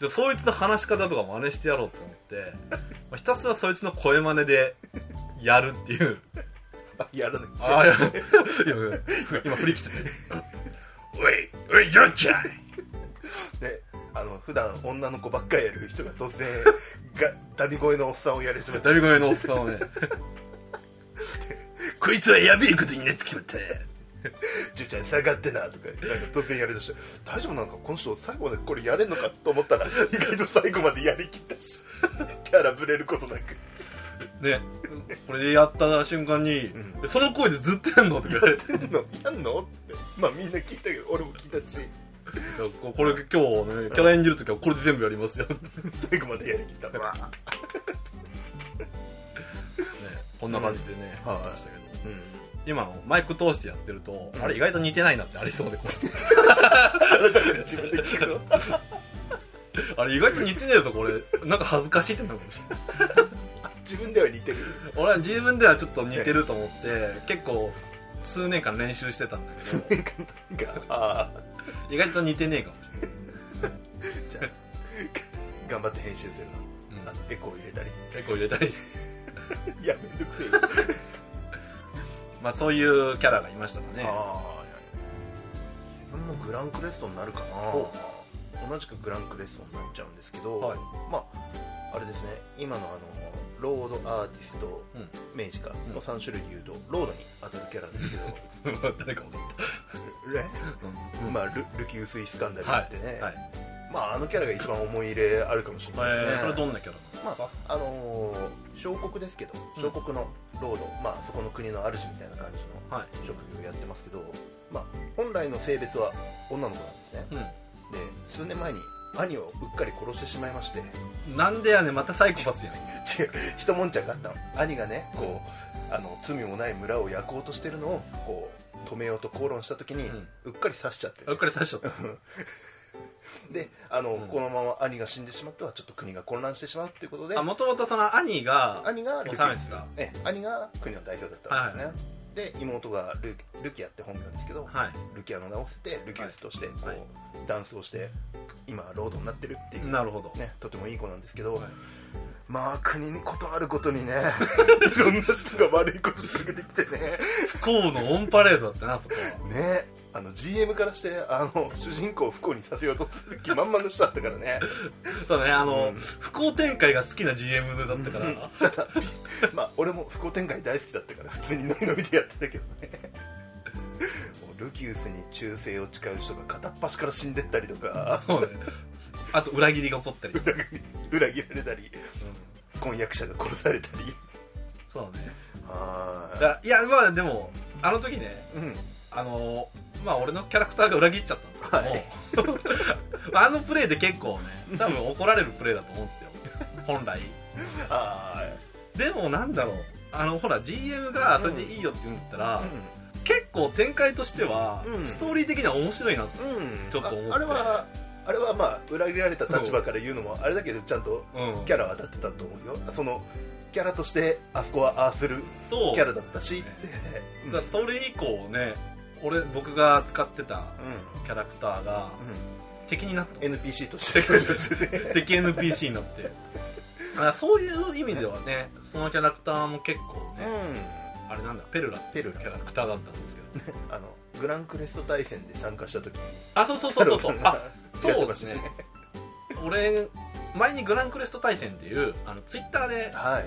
でそいつの話し方とか真似してやろうと思 って、まあ、ひたすらそいつの声真似でやるっていう
いやらない
ああ、いや、いや、 今振り切ってた。おい、 おい、よっちゃん
であの普段女の子ばっかりやる人が 突然がダミ声のおっさんをやり始めた
ダビ声のおっさんをね、 こいつはやべえことになってきまったね。
「じゅうちゃん下がってな」とかなんか突然やりだして「大丈夫なんかこの人最後までこれやれんのか?」と 思ったら意外と最後までやりきったし キャラぶれることなく
ね、これでやった瞬間に、
ん
えその声で ずっとやんのって言われて、
「やんのやんの?」ってまあみんな聞いたけど俺も聞いたし
ここれ今日ね、キャラ演じるときはこれで全部やりますよ。ね、
最後までやりきったわ
こんな感じでね、
うん
やってましたけど。
うん
今のマイク通してやってると、
うん
あれ意外と似てないなってありそうで、こう
改めて自分で聞くの
あれ意外と似てねえぞ、これ。なんか恥ずかしいってなるかもしれない。
自分では似 てる
俺は自分ではちょっと似てると思って結構数年間練習してたんだけど
がああ
意外と似てねえかもし
じゃあ頑張って編集する
れな、
ないエコー入れたり
結構入れたりして
いやめんどくせえ
まあそういうキャラがいましたかね
ああ自分もグランクレストになるか
ほ
な同じくグランクレストになっちゃうんですけど、
はい
まああれですね今のあのロードアーティスト、
うん
明治か
うん
の3種類で言うと、ロードに当たるキャラです けど
誰か分かっ
レ
た、うん
まあ、ルルキウス・イスカンダル
は
ってね、
い、はい
まあ、あのキャラが一番思い入れあるかもしれ
え
ないですね、
ー、それどんなキャラなんですか、
まああのー小国ですけど
うん
小国のロード、まあ、そこの国の主みたいな感じの
はい
職業をやってますけど、まあ、本来の性別は女の子なんですねで数年前に兄をうっかり殺してしまいまして 違う
うん、なんでやねんまたサイコパスやん
一悶着あったの兄がねこうあの罪もない村を焼こうとしてるのをこう止めようと口論した時に、う
うん
っかり刺しちゃってね、
うっかり刺しちゃった
であの、
うん
このまま兄が死んでしまってはちょっと国が混乱してしまうということで
あもともとその兄が
兄
治
がル
めて
キ
た
ウスええ兄が国の代表だったんですね、で妹がルルキアって本名ですけど、
は
ルキアの名を伏せてルキウスとしてこう、
はい
ダンスをして今ロードになってるってい、
いうなるほど、
ね、とてもいい子なんですけど、
はい
まあ国にことあることにね いろんな人が悪いことし続けてきてね
不幸のオンパレードだったなそこは
ねあの GM からしてあの主人公を不幸にさせようとする気満々の人だったからね
そうねあの、
うん
不幸展開が好きな GM だったから、
うん まあ俺も不幸展開大好きだったから普通にノリノリでやってたけどねもうルキウスに忠誠を誓う人が片っ端から死んでったりと か
そうねあと裏切りが起こったり、うん、
裏切られたり婚約者が殺されたり
そうねだか
は
らいやまあでもあの時ね
ーい、うん、
あのまあ俺のキャラクターが裏切っちゃったんですけども、
はい
あのプレイで結構ね多分怒られるプレイだと思うんですよ本来
は
でもなんだろうあのほら GM がそれでいいよって言うんだったら、
ーい
結構展開としては、
うん
ストーリー的には面白いなって
うんうん
ちょっと思って
ああれはあれはまあ裏切られた立場から言うのもあれだけどちゃんと
うん
キャラは立ってたと思うよそのキャラとしてあそこはああする
そう
キャラだったしって、
だからそれ以降ね俺僕が使ってた
う
キャラクターが敵になった
んうん、NPC として登場して ね
敵 NPC になってだからそういう意味ではねそのキャラクターも結構
う
ね、
ん
あれなんだペルラっていうキ
ペルラ
ャラクターだったんですけど
あのグランクレスト対戦で参加した時に
あそうそうそうそうそ うあ
やっ
そ
て
うで
ますした
ね俺前にグランクレスト対戦っていうあのツイッターで、
はい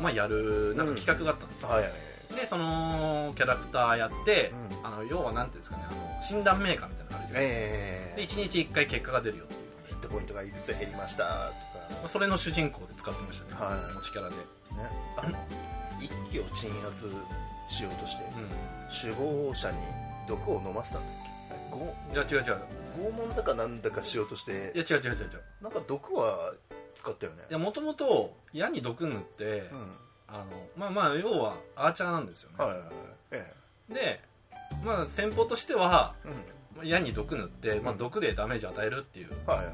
まあ、やるなんか企画があったんですよ、
はい
でそのキャラクターやって、
うん
あの要はなんていうんですかねあの診断メーカーみたいなのあるじゃないですか、
え
で
え
1日1回結果が出るよっていう
ヒットポイントがいくつ減りましたと
まあそれの主人公で使ってましたね、
はい
持ちキャラで、
か、ね、あの一気を鎮圧しようとして首謀者に毒を飲ませたんだっけご
いや違う違う
拷問だかなんだかしようとし
いや
て
違う違う違う違う
なんか毒は使ったよね
いやもともと矢に毒塗って、
うん
あのまあまあ要はアーチャーなんですよね、
はいはいはいえ
でまあ戦法としては
えうん
まあ矢に毒塗って、まあ、
うん
毒でダメージ与えるっていう、
はいはい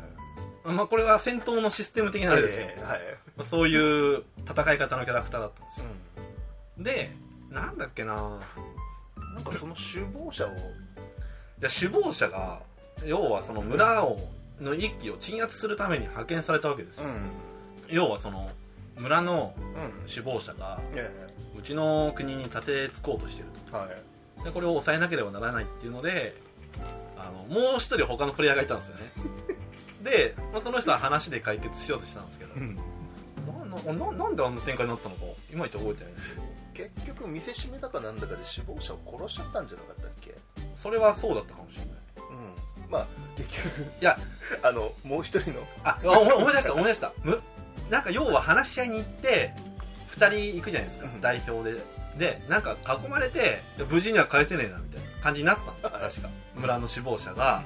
まあこれは戦闘のシステム的なあれですよ、
ええはい
まあそういう戦い方のキャラクターだったんですよ
うん
でなんだっけな
なんかその首謀者を、
いや首謀者が要はその村をの一揆を鎮圧するために派遣されたわけですよ、
ん、
要はその村の
うん、
首謀者が
いやいう
ちの国に立てつこうとしてる
やはい、
とでこれを抑えなければならないっていうのであのもう一人他のプレイヤーがいたんですよ ねで、まあ、その人は話で解決しようとしたんですけど
うん、
ななななんであんな展開になったのかいまいち覚えてないんですけど
結局見せしめだかなんだかで首謀者を殺しちゃったんじゃなかったっけ
それはそうだったかもしれない
うんまあ結局
いや
あのもう一人の
あお思い出した思い出したむなんか要は話し合いに行って2人行くじゃないですか
うん
代表ででなんか囲まれて無事には返せねえなみたいな感じになったんですよ
はい
確か村の首謀者が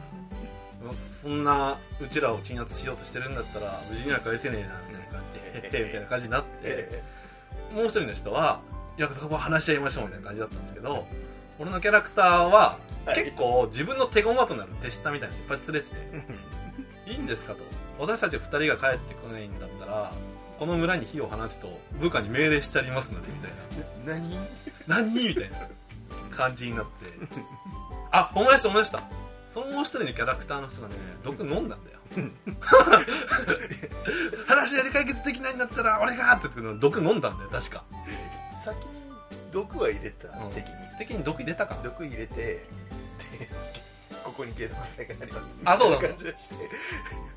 そんなうちらを鎮圧しようとしてるんだったら無事には返せねえなみたいな感じでへってみたいな感じになって
え
もう一人の人はいやそこは話し合いましょうみたいな感じだったんですけど俺のキャラクターは
はい
結構自分の手駒となる手下みたいなのいっぱい連れてて
え
いいんですかと私たち2人が帰ってこないんだったらこの村に火を放つと部下に命令してありますのでみたい
うん何
な何みたいな感じになってあ思い出した思い出したそのもう一人のキャラクターの人がね毒飲んだんだよ話し合いで解決できないんだったら俺がって言って毒飲んだんだよ確か
先に毒は入れた
うん
敵に、
敵に毒入れたかな
毒入れて でここに継続性があります
あそうなの
みたいな感じがして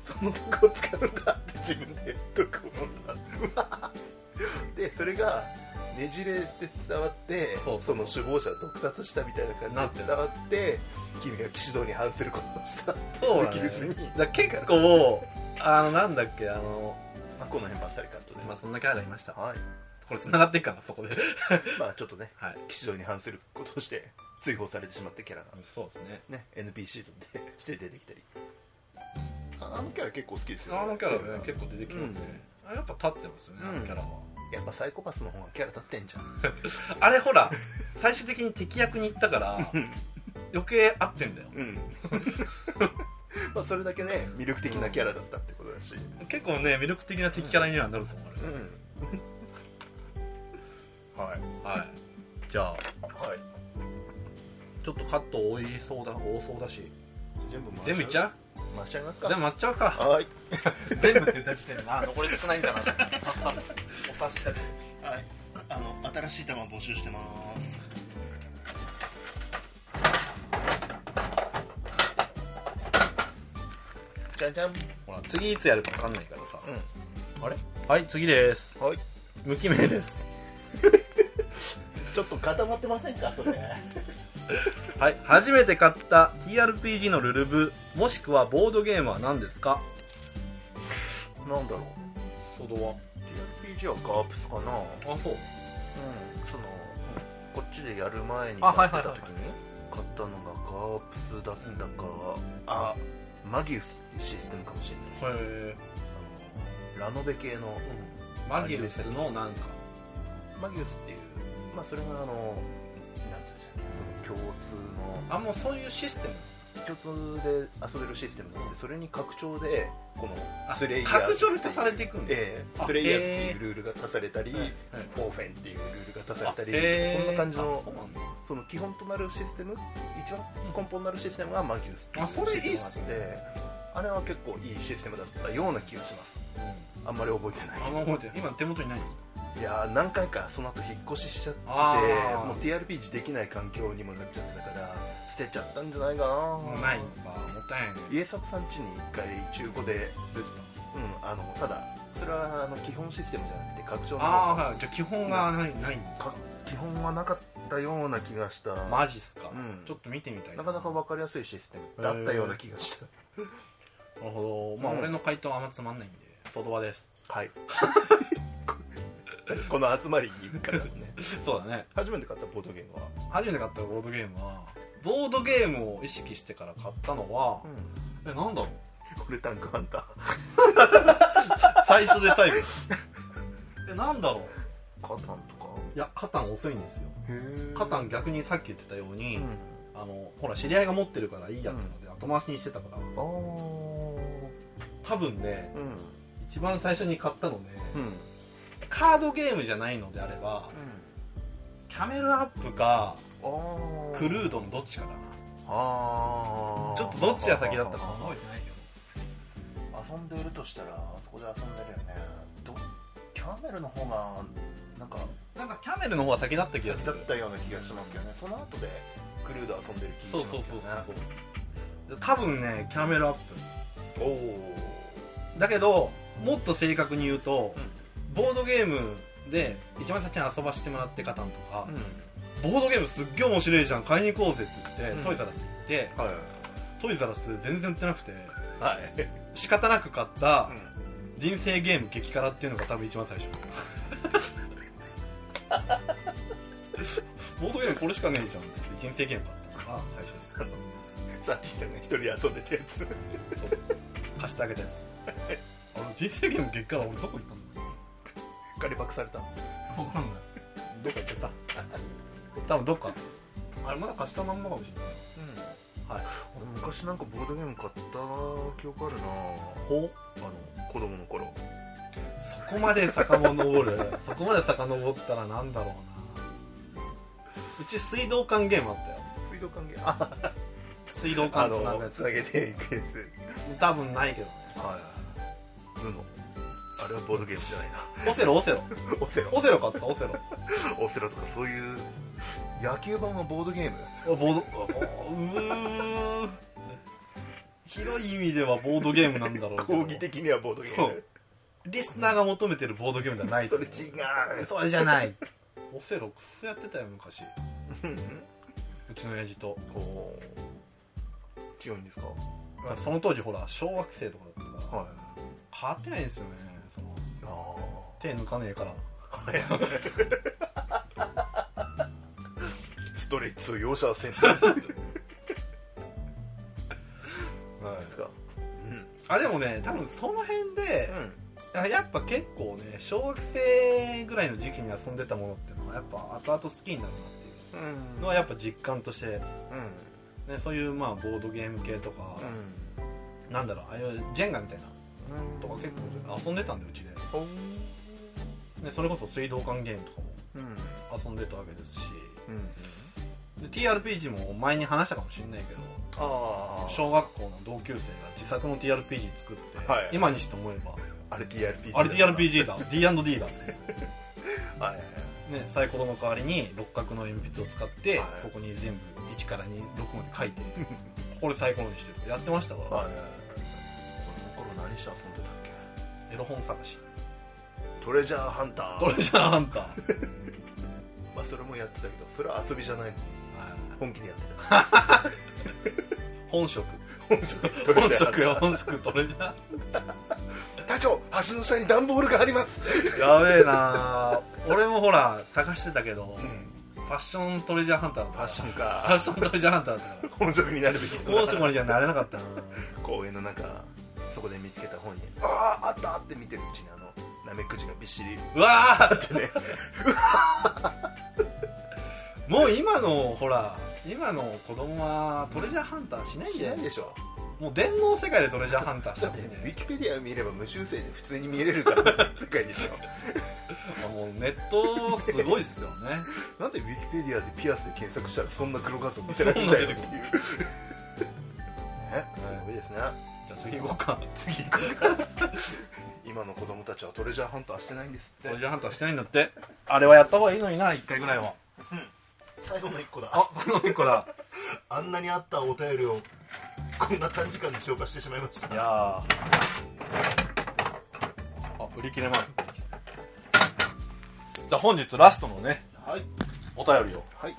その毒を使うんだって自分で毒を飲んだうわ でそれがねじれで伝わって
そうそうそう
の首謀者を毒殺したみたいな
な
感
っ
じ
てる
で伝わって君は騎士道に反することをした
そうだ,、
で
ね
き、ずに、
だから結構あのなんだっけあの
まあ、この辺ばっさりカットで、
まあそんなキャラがいました
はい
これ繋がっていくかなそこで
まあちょっとね
はい
騎士道に反することをして追放されてしまったキャラが
そうですね
ね NPC とで して出てきたりああのキャラ結構好きですよ、
あのキャラね結構出てきますね、あれやっぱ立ってますよね、
うん
あのキャラは
やっぱサイコパスの方がキャラ立ってんじゃん
あれほら 最終的に敵役に行ったから 余計合ってんだよ
うん まあそれだけね魅力的なキャラだったってことだし
結構ね魅力的な敵キャラにはなると思う、あれ
うんはい
はいじゃあ
はい
ちょっとカット多いそうだ多そうだし
全部回し
全部いっちゃ
回しちゃいます
う
か
全部待っちゃうか
はい
全部って言った時点でな
残り少ないんだなさっさとお察しだけ
はいあの新しい玉募集してますじゃじゃん
ほら次いつやるか分かんないからさ、あれはい次です
はい
無記名です
ちょっと固まってませんかそれ
はい、初めて買った TRPG のルルブもしくはボードゲームは何ですか
なんだろう
トドは
TRPG はガープスかな
あそう
うんそのこっちでやる前に
あ
買って
はい
た時に
はいはい
買ったのがガープスだったか、あマギウスっていうシステムかもしれないです、
へえ、
あのラノベ系の
うん、マギウスのなんか
マギウスっていうまあそれがあのなんていうんでしたっけその共
あもうそういうシステム
通の共通で遊べるシステムなのでそれに拡張でこのスレイヤーって
拡
いう
張で足されていくんだ
ええ
あ
スレイヤーズっていうルールが足されたり、
はい
フォーフェンっていうルールが足さ
あ
れたり、
へー
そんな感じ
あ
の
そうなんだ
その基本となるシステム一番根本になるシステムがマギウスっていう
あ
シ
それ
ステ
いい
ム
っ
があっ
す
て
ね
あれは結構いいシステムだったような気がします
うん
あんまり覚えてない
あの覚えてる今手元にないんですか
いやー何回かその後引っ越ししちゃって
あー
もう TRPG できない環境にもなっちゃってたから捨てちゃったんじゃないか
も
な
うないんだもったいないね
家作さん家に一回中古で
どうですか
うんあのただそれはあの基本システムじゃなくて拡張の方
ああはいじゃあ基本がないないんですか
か基本はなかったような気がした
マジっすか、
うん
ちょっと見てみたい
なかなか分かりやすいシステムだったような気がした
なるほどまあ、
うん
俺の回答はあんまつまんないんで外場です
はい この集まりに行くからね
そうだね
初めて買ったボードゲームは、
初めて買ったボードゲームはボードゲームを意識してから買ったのは
う、ん、
えなんだろう
これタンクハンター
最初で最 後えなんだろう
カタンとか
いやカタン遅いんですよ
へえ
カタン逆にさっき言ってたように、
うん
あのほら知り合いが持ってるからいいやってので後回しにしてたから
ああ
多分ね
うん
一番最初に買ったのね、
うん
カードゲームじゃないのであればキャメルアップか
うんああ
クルードのどっちかだな
ああ
ちょっとどっちが先だったか覚えてないけ
遊んでいるとしたらあそこで遊んでるよねどキャメルの方がなんか
どなんかキャメルの方が先だった気が
先
す
だ
る
ったような気がしますけどねその後でクルード遊んでる気
そ
が
う
します
そう
よね
そうそうそう多分ねキャメルアップ
おお
だけどもっと正確に言うと、ボードゲームで一番最初に遊ばしてもらってカタンとか、
う
ボードゲームすっげえ面白いじゃん買いに行こうぜって言って、
うん
トイザらス行って
んはい
トイザラス全然売ってなくて
はい
仕方なく買った
うん
人生ゲーム激辛っていうのが多分一番最初ボードゲームこれしかねえじゃんっつって人生ゲーム買ったのが最初です
さっき言ったね一人で遊んでたやつ
貸してあげたやつあの人生ゲーム激辛俺どこ行ったんだ
仮爆された
分かんないどっか行っちゃった多分どっかあれまだ貸したまんまかもしれない
はい、俺昔なんかボードゲーム買った記憶あるな
ほ
あの子供の頃
そこまで遡るそこまで遡ったらなんだろうなうち水道管ゲームあったよ
水道管ゲームあ
水道
あ
管つなぐ
の
や
つな
つ
げていくやつ
多分ないけどね
はい布あれはボードゲームじゃない な
オセロオセロ
オセロ
オセロ買ったオセロ
オセロとかそういう野球版はボードゲーム
ボードうーん広い意味ではボードゲームなんだろうけど
講義的にはボードゲーム
リスナーが求めてるボードゲームじゃない
それ違う
それじゃないオセロクソやってたよ昔う
うん
ちの親父と
こう強いんですか
まあその当時ほら小学生とかだったから
はい
変わってないんですよねその
ああ
手抜かねえから
ストレッチを容赦 せんで
はい
すかうん
あでもね多分その辺で
う、ん
あやっぱ結構ね小学生ぐらいの時期に遊んでたものっていうのはやっぱ後々好きになるなっていう
うん
のはやっぱ実感として、
うん
ね、そういうまあボードゲーム系とか、なんだろうああいうジェンガみたいな
うん
とか結構遊んでたんでうちで
ほん
でそれこそ水道管ゲームとかも
う
遊
ん
んでたわけですし
うん
で TRPG も前に話したかもしれないけど
ああ
小学校の同級生が自作の TRPG 作って、
はい
今にして思えば
あれ TRPG
あれ TRPG だ D&D だ
はい
ね、サイコロの代わりに六角の鉛筆を使って、
はい
ここに全部1から26まで書 いてこれサイコロにしてとかやってましたから、
はいこの頃何して遊んでたっけ
エロ本探し
トレジャーハンター
トレジャーハンター
まあそれもやってたけどそれは遊びじゃない
はい
本気でやってた
本職
本職
本職よ本職取れちゃ
隊長橋の下に段ボールがあります、
やべえな俺もほら探してたけど、
うん、
ファッショントレジャーハンターだった
ファッション
ファ
か
ッショントレジャーハンターだったか
本職になるべき
ら本職にじゃなれなかったな
公園の中そこで見つけた本にあああったって見てるうちにあのナメクジがびっしり
うわー
ってね
もう今のほら今の子供はトレジャーハンターしないん
し
じゃ
な
ないい
でしょ
もう電脳世界でトレジャーハンターしち
だ
ゃっ
ってて
ん
ウ
じゃないです
ィキペディア見れば無修正で普通に見れるから世界でし ょ
かもうネットすごいっすよね
なんでウィキペディアでピアスで検索したらそんな黒画像見せられるん だよっていうねすごいですね
じゃあ次行こうか
次行こうか今の子供たちはトレジャーハンターしてないんです
ト
っ
レ
て
ジャーハンターしてないんだってあれはやった方がいいのにな一回ぐらいは
最後の1個だ
あその一個だ
あんなにあったお便りをこんな短時間で消化してしまいました
いやーあ売り切れまでじゃあ本日ラストのね
はい
お便りを
はい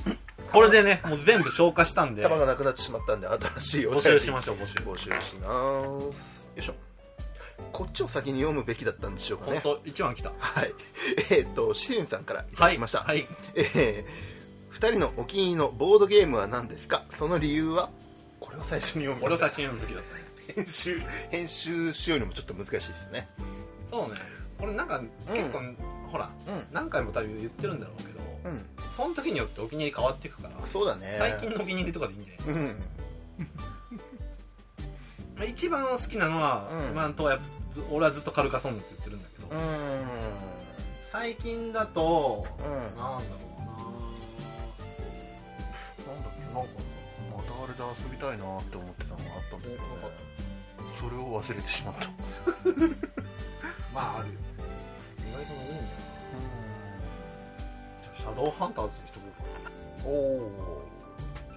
これでねもう全部消化したんで
玉がなくなってしまったんで新しいお
募
便
集
り
しましょう募集
募集しますよいしょこっちを先に読むべきだったんでしょうか
本
ね
当一番来た
はいえっ、とシエンさんからいただきました、
はい
えー、2人のお気に入りのボードゲームは何ですかその理由はこれを最初に読
俺
む
を最初に読む時だっ
編集編集しようにもちょっと難しいですね
たそうねこれなんか結構、ほら
うん
何回も多分言ってるんだろうけど、
うん
その時によってお気に入り変わっていくから
そうだね
最近のお気に入りとかでいいんじゃない
うん
まあ一番好きなのは、
うん
今のとこやっぱず俺はずっとカルカソンヌって言ってるんだけど、
うん
最近だと、
うん
なんだろうな
なんだっけなんかまたあれで遊びたいなって思ってたのがあったんだけど、ね、それを忘れてしまったう
まああるよ意外と多いんだよなシャドウハンターズにしとこうか
んおお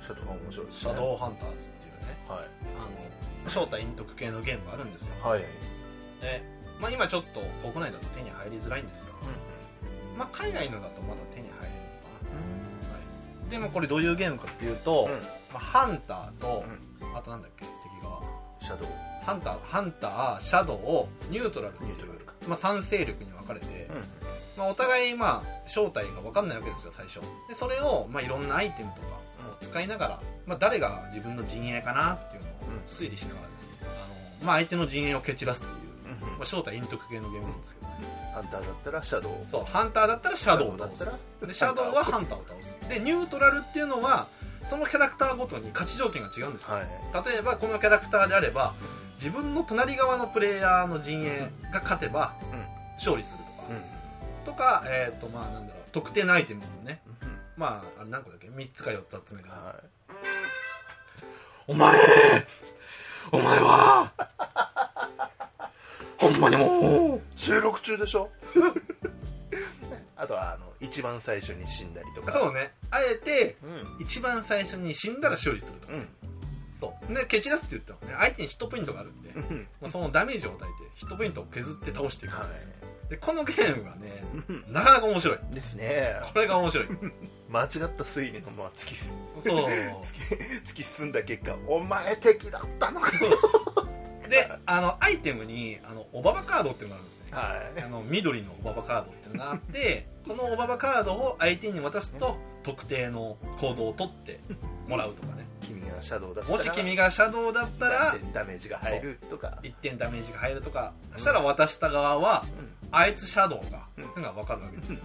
シャドウが面白いですね
シャドウハンターズっていうね
は
あの正体隠匿系のゲームがあるんですよ
いはい
で、まあ、今ちょっと国内だと手に入りづらいんですが、まあ、海外のだとまだ手に入るのかな、はい、でもこれどういうゲームかっていうと、
うん
まあ、ハンターと、
うん
あとなんだっけ敵側
シャドウ
ハンターハンターシャドウをニュートラル
ニュートラルか
まあ、3勢力に分かれて、
うん
まあ、お互いまあ正体が分かんないわけですよ最初でそれをまあいろんなアイテムとかを使いながら、まあ、誰が自分の陣営かなっていうのを
うん
推理しながらですねあの、まあ、相手の陣営を蹴散らすっていう、
う
ま
ん
あ、正体隠匿系のゲームなんですけどね
ハンターだったらシャドウ
そうハンターだったらシャドウを倒す
シャドウだっ
でシャドウはハンターを倒すでニュートラルっていうのはそのキャラクターごとに勝ち条件が違うんですよ、
はい
例えばこのキャラクターであれば自分の隣側のプレイヤーの陣営が勝てば
うん
勝利するとか、
うん
とかえっ、とまあなんだろう特定のアイテムをね
うん
まああれ何個だっけ3つか4つ集める、
はい
お前お前はほんまにもう
収録中でしょあとはあの一番最初に死んだりとか
そうねあえて
うん
一番最初に死んだら勝利するとか、
うん
そうで蹴散らすって言ってもね相手にヒットポイントがあるんで、
うん
まあ、そのダメージを与えてヒットポイントを削って倒していく
は
んですよ、でこのゲームがね
い
なかなか面白い
ですね
これが面白い
間違った推理のまま突き
そう
突き 進んだ結果お前敵だったのか
であのアイテムにあのオババカードっていうのがあるんですね
はい
あの緑のオババカードっていうのがあってこのオババカードを相手に渡すと特定の行動を取ってもらうとかね
君がシャドウだったら
もし君がシャドウだったら
ダメージが入るとか
1点ダメージが入るとかしたら渡した側は
う
あいつシャドウが
うん
なんか分かるわけですよ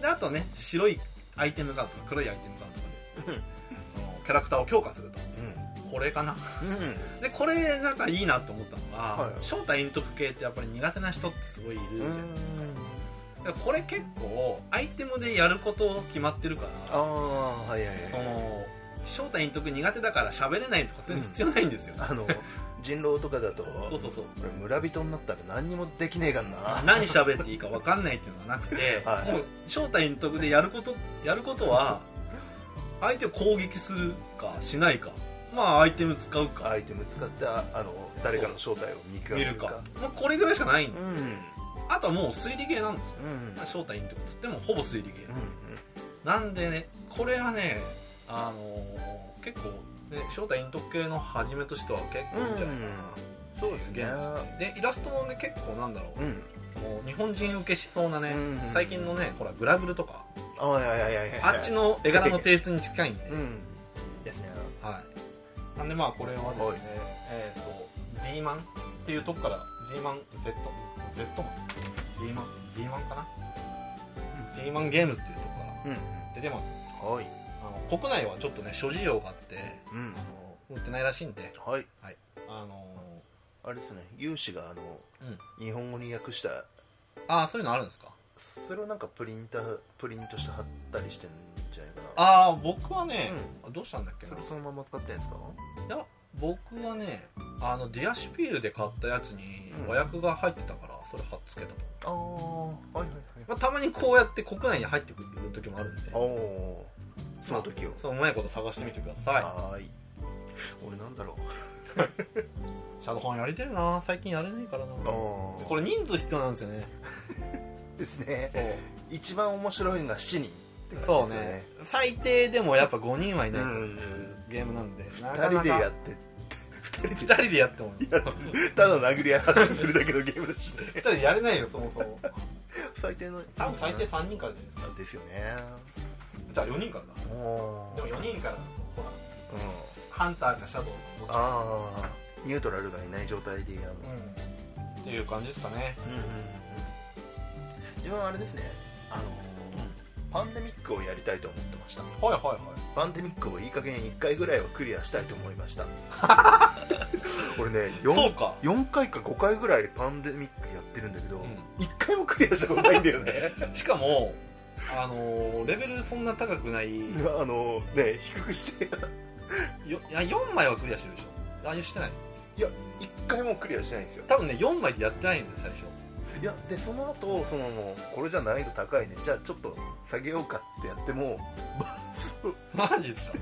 であとね白いアイテムがあるとか黒いアイテムがあるとかでそのキャラクターを強化するとこれかな
うんうん
でこれなんかいいなと思ったのが、
はい
正体隠匿系ってやっぱり苦手な人ってすごいいるじゃ
うん
ないですかだからこれ結構アイテムでやること決まってるか
あ
ら
あはいはい
そ
はい
の正体隠匿苦手だから喋れないとかそういうの必要ないんですよ、
あの人狼と かだと
そうそうそう
俺村人になったら何にもできねえがんな
何喋っていいか分かんないっていうのがなくて、
はい
もう正体隠匿でやることやることは相手を攻撃するかしないかまあアイテム使うか
アイテム使ってああの誰かの正体を見極
見
め
る
る
か
か
もうこれぐらいしかないん
う
で
んうん
あとはもう推理系なんですよ
うん
まあ正体隠匿っつってもほぼ推理系
うん
なんでねこれはねあのー結構、ね、正体隠匿系の始めとしては結構いいんじゃないかな、そうです
ね
でイラストもね結構なんだろう
うん、
もう日本人受けしそうなね、
うん
最近のねほらグラブルとか、
ああいやいやいやいやいや
あっちの絵柄のテイストに近いんで、
うんですね
はいなんでまあこれはですね、
はい
えっ、と D マンっていうとこから D マン Z Z マン D マン D マンかな、D マンゲームズっていうとこから
うん
出てます
はい
あの国内はちょっとね諸事情があって
うん
あの売ってないらしいんで
はい
あの
あれですね有志があの、
うん
日本語に訳した
ああそういうのあるんですか
それをなんかプリンタープリントして貼ったりしてんじゃないかなあ
ああ僕はね
うん、
あどうしたんだっけ
そ
な
れそのまま使ってんですか
いや僕はねあのディアシュピールで買ったやつに
うん
和訳が入ってたからそれ貼っつけたと、
ああはいはいはい
まあ、たまにこうやって国内に入ってくる時もあるんで
おおーその時を
まあそううまいこと探してみてください
はーい俺なんだろう
シャドーハンやりてるな最近やれないからな
あ
こ
あ
れ人数必要なんですよね
ですね
そう
一番面白いのが7人
そうね最低でもやっぱ5人はいないと
う
ゲームなんでな
2人でやっ
って2人でやっても
ただ殴り合いするだけのゲームだし
2人でやれないよそもそも
最低の
多分最低3人からじゃないですか
ですよね
じゃあ4人からだ
おお
でも4人からだとほら
うん
ハンターかシャドウどっちか
ああニュートラルがいない状態でやる
うんっていう感じですかね
うんうんうん自分はあれですねあのーパンデミックをやりたいと思ってました
はいはいはい
パンデミックをいい加減1回ぐらいはクリアしたいと思いま した俺ね
そう
4,
か
4回か5回ぐらいパンデミックやってるんだけど、
う
一1回もクリアしたことないんだよ ね
しかもあのーレベルそんな高くない
いやあのね低くして
よいや4枚はクリアしてるでしょあしてない
1回もクリアしてないんですよ
多分ね4枚でやってないんだよ最初
いやでその後そのもうこれじゃ難易度高いねじゃあちょっと下げようかってやってもバースト
マジですか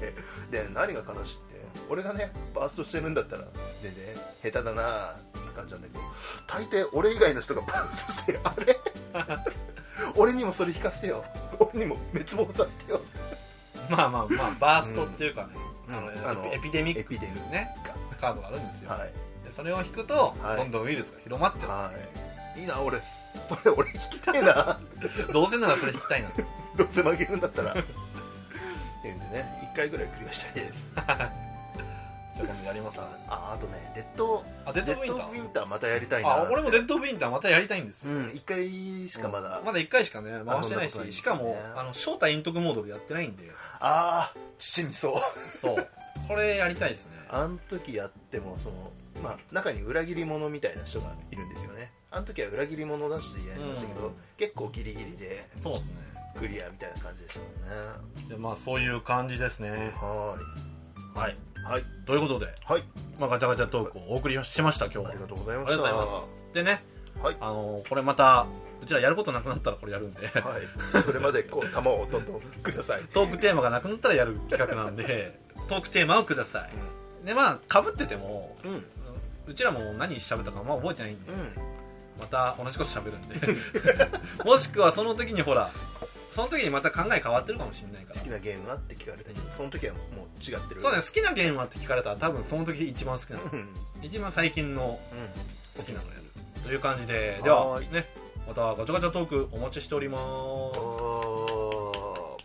で何が悲しいって俺がねバーストしてるんだったら全然下手だなーって感じなんだけど大抵俺以外の人がバーストしてあ れ俺にもそれ引かせてよ俺にも滅亡させてよ
まあまあまあバーストっていうかね、
うん
あの
うんあの
エピエピデミ
エ
ック
ピデミッ
ねカードがあるんですよ、
はい
でそれを引くと、
はい
どんどんウイルスが広まっちゃ
はいいいな俺それ俺引きたい な
うどうせならそれ引きた いな
どうせ負けるんだったらっていうんでね1回ぐらいクリアしたいです
じゃあ今度やりますか
あああとねデッド
あデッドウィンター
デウィンターまたやりたいな
あ俺もデッドウィンターまたやりたいんです
う
よ、
ん1回しかまだ、
まだ1回しかね回してないし
あそんなことないですね
しかもあの招待隠匿モードでやってないんで
ああ死にそう
そうこれやりたいですね
あの時やってもその、まあ、中に裏切り者みたいな人がいるんですよねあの時は裏切り者だしやりましたけど、
うん
結構ギリギリで
そうですね
クリアみたいな感じでしたもんね
でまあそういう感じですね
は
はい
ーいはい
ということで、
はい
まあ、ガチャガチャトークをお送りしました今日は
ありがとうござい
あ
ま
り
し
が
た
とうございますでね、
はい
あのこれまたうちらやることなくなったらこれやるんで、
はい、それまでこう弾をどんどんください
トークテーマがなくなったらやる企画なん でトークテーマをください、でまあかぶってても
うんうん
うちらも何喋ったかあんま覚えてないんで、また同じこと喋るんで もしくはその時にほらその時にまた考え変わってるかもしれないから
好きなゲームはって聞かれたけどその時はもう違ってる
そうね好きなゲームはって聞かれたら多分その時一番好きなの
うんうん
一番最近の好きなのやるという感じででは
はーい
ねまたガチャガチャトークお待ちしております
おー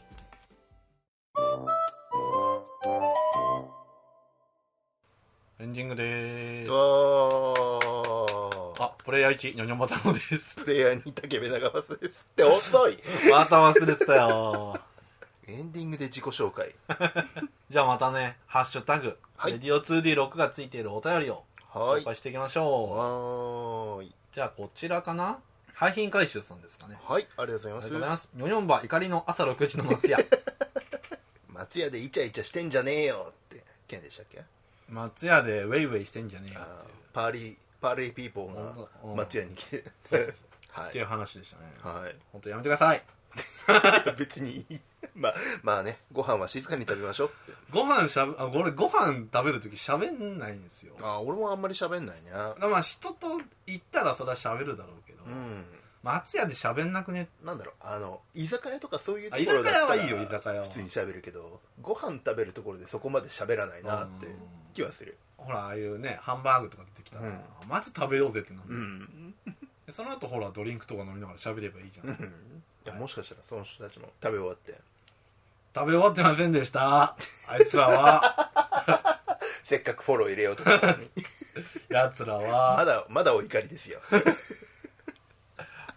エンディングでーす
おー
あプレイヤー1ニョニョマタノです
プレイヤーに竹部長松ですって遅い
また忘れてたよ
エンディングで自己紹介
じゃあまたね「ハッシュタグ、
はい
レディオ 2D6」がついているお便りを
は
紹
い
介していきましょう
はーい
じゃあこちらかな廃品回収さんですかね
はいありがとう
あ
ご
りがと
ざい
うご
ます
ざいます。ニョニョンバ怒りの朝6時の松屋。
松屋でイチャイチャしてんじゃねえよって件でしたっけ
松屋でウェイウェイしてんじゃねえよ
あーパーリーパーリーピーポーが
本当うん
松屋に来 ては
っていう
い
話でしたね。
はい
本当やめてください。
別にいいまあまあねご飯は静かに食べましょうって
ご飯しゃべ、あ、俺ご飯食べるとき喋んないんですよ。
あー俺もあんまり喋んないね
まあ人と行ったらそれは喋るだろうけど、
うん
松屋で喋んなくね
なんだろうあの居酒屋とかそういうと
あ居
こ
酒
ろだった
屋
ら
はいいよ居酒屋は
普通に喋るけどご飯食べるところでそこまで喋らないなって
うん
気はする
ほらああいうねハンバーグとか出てきたら、
うん
まず食べようぜってなる、
うん
でその後ほらドリンクとか飲みながら喋ればいいじゃん、食
いやもしかしたらその人たちも食べ終わって
べ終わってませんでした あいつらは
せっかくフォロー入れようと思ったのに
やつら
ま
は
だまだお怒りですよ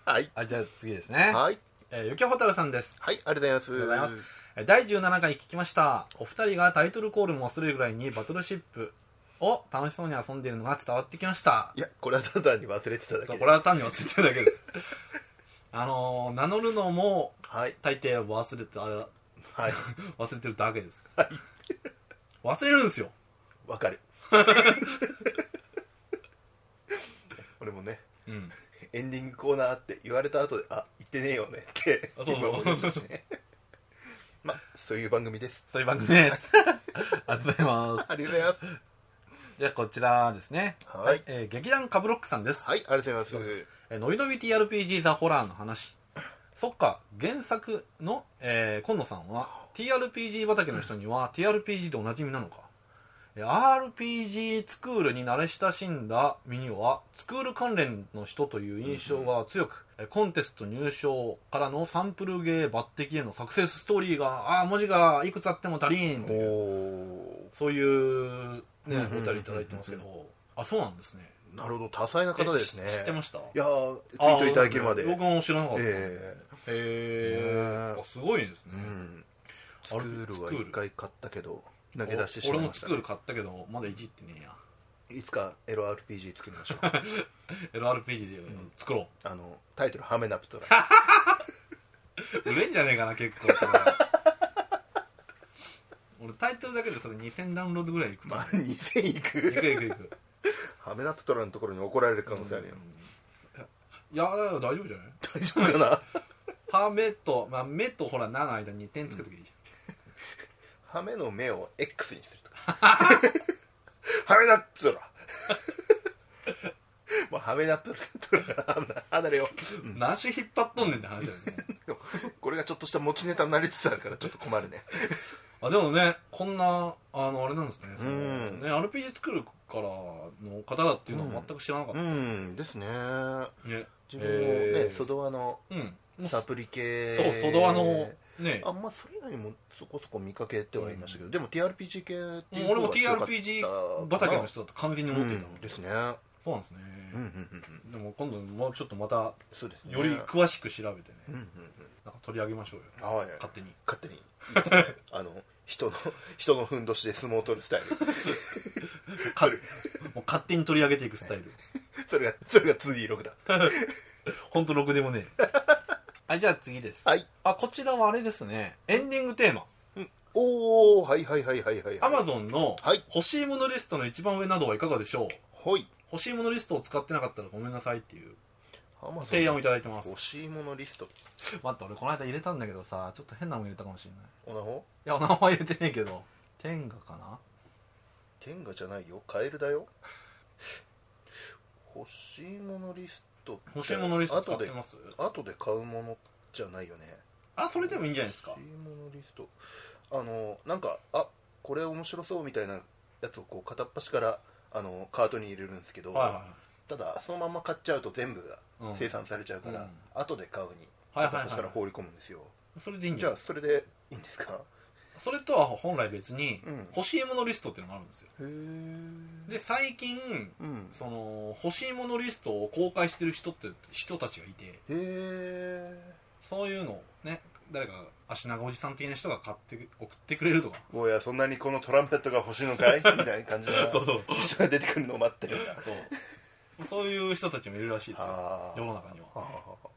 はい
あじゃあ次ですね、
はい
えー、ゆきほたるさんです
はいありがとうございま
ありがとうござ
す
いえー第17回聞きましたお二人がタイトルコールも忘れるぐらいにバトルシップを楽しそうに遊んでいるのが伝わってきました
いやこれはただに忘れてただ
そう
けです
これは単に忘れてるだけです あのー名乗るのも
はい
大抵忘れてあれ
はい
忘れてるだけです、忘れるんですよ
わか る俺もね
うん
エンディングコーナーって言われた後であ言ってねえよねって
あそう
今思いました ねまあそういう番組です
そういう番組ですありがとうございます
ありがとうございます
じゃあこちらですね
はい
えー劇団カブロックさんです、
はいありがとうございます
えーノイノビ TRPG ザ・ホラーの話そっか原作の、えー、今野さんは TRPG 畑の人には TRPG でおなじみなのかえー RPG スクールに慣れ親しんだミニオはスクール関連の人という印象が強く、えーコンテスト入賞からのサンプルゲー抜擢へのサクセスストーリーがああ文字がいくつあっても足りんと
お
いう
お
そういうね
うんうんうんうん
お便りいただいてますけどあそうなんですね
ーなるほど多彩な方ですね
え知知ってました
いやーツイートいただけるまで
あー僕も知らなかった。
え
へ
ねえ
ー。あすごいですね
う。んスク
あれ
ールは
スクー
一
ル
回買ったけど投げ出してし
お
まい
俺
ま
も
し
ス
た
クー
ね
ル買ったけど、まだいじってねえや。
いつか LRPG 作りましょ う
LRPG で作ろ
あのタイトル「ハメナプトラ」
う。売れんじゃねえかな、結構。それ俺タイトルだけでそれ2000ダウンロードぐらいいくと
ま
思
あ2000いく
う。いくいくいく。
ハメナプトラのところに怒られる可能性あるよ、
いや、大丈夫じゃない
大丈夫か な
ハメと、まあ、目とほら、7の間に点つけときゃいいじ
ハメの目を X にすると かハメナプトラ もうハメナプトラから離れよ
ゃん。何種引っ張っとんねんって話だよね。
うこれがちょっとした持ちネタになりつつあるからちょっと困るね
あでもねこんなあのあれなんですね,、その
うん
ね RPG 作るからの方だっていうのは全く知らなかっ
うんですね
た、ね
自分もね、
えー
ソドワの
うん
サプリ系
そうソドアのね
あんまあそれ以外にもそこそこ見かけてはいましたけど、でも TRPG 系っていう
俺も
方が強
TRPG
かったかな
畑の人だと完全に思ってた、
うんですね
そうなんですね、
うんうんうんうん
でも今度もうちょっとまた
そうですね
より詳しく調べてね
うんうん
なんか取り上げましょうよ
うんはい
勝手に
勝手にい いですねあの人の人のふんどしで相撲を取るスタイル
かもう勝手に取り上げていくスタイル
それがそれが 2D6 だ
本当ろくでもね えはいじゃあ次です、
はい
あこちらはあれですねエンディングテーマ
おおはいはいはいはいはい
Amazon の
はい
欲しいものリストの一番上などはいかがでしょう、
ほい
欲しいものリストを使ってなかったらごめんなさいっていう
アマゾ
提案をい
ン
ただいてます
欲しいものリスト
待って俺この間入れたんだけどさちょっと変なもん入れたかもしれない
おなほ
いやお名前入れてねえけど天下かな
天下じゃないよカエルだよ 欲しいものリストって
欲しいものリスト使っ
後
て
で
ます
後で買うものじゃないよね
あそれでもいいんじゃないですか
欲しいものリストあのなんかあこれ面白そうみたいなやつをこう片っ端からあのカートに入れるんですけど、
は
ただそのまま買っちゃうと全部が
いはい、うん、
生産されちゃうから、後で買うに
はいはい
片っ端から
は
放り込むんですよ、
いそれでいいんじ
じ
ゃ
ゃ
ない
あそれでいいんですか
それとは本来別に
うんへ
欲しいものリストっていうのがあるんですよ
え
で最近
うん
その欲しいものリストを公開してる人って人たちがいて
へえ
そういうのをね誰か足長おじさん的な人が買って送ってくれるとか
おやそんなにこのトランペットが欲しいのかいみたいな感じの
そうそう
人が出てくるのを待ってるんだ
そうそういう人たちもいるらしいですよ
あ
世
ー
の中には
あー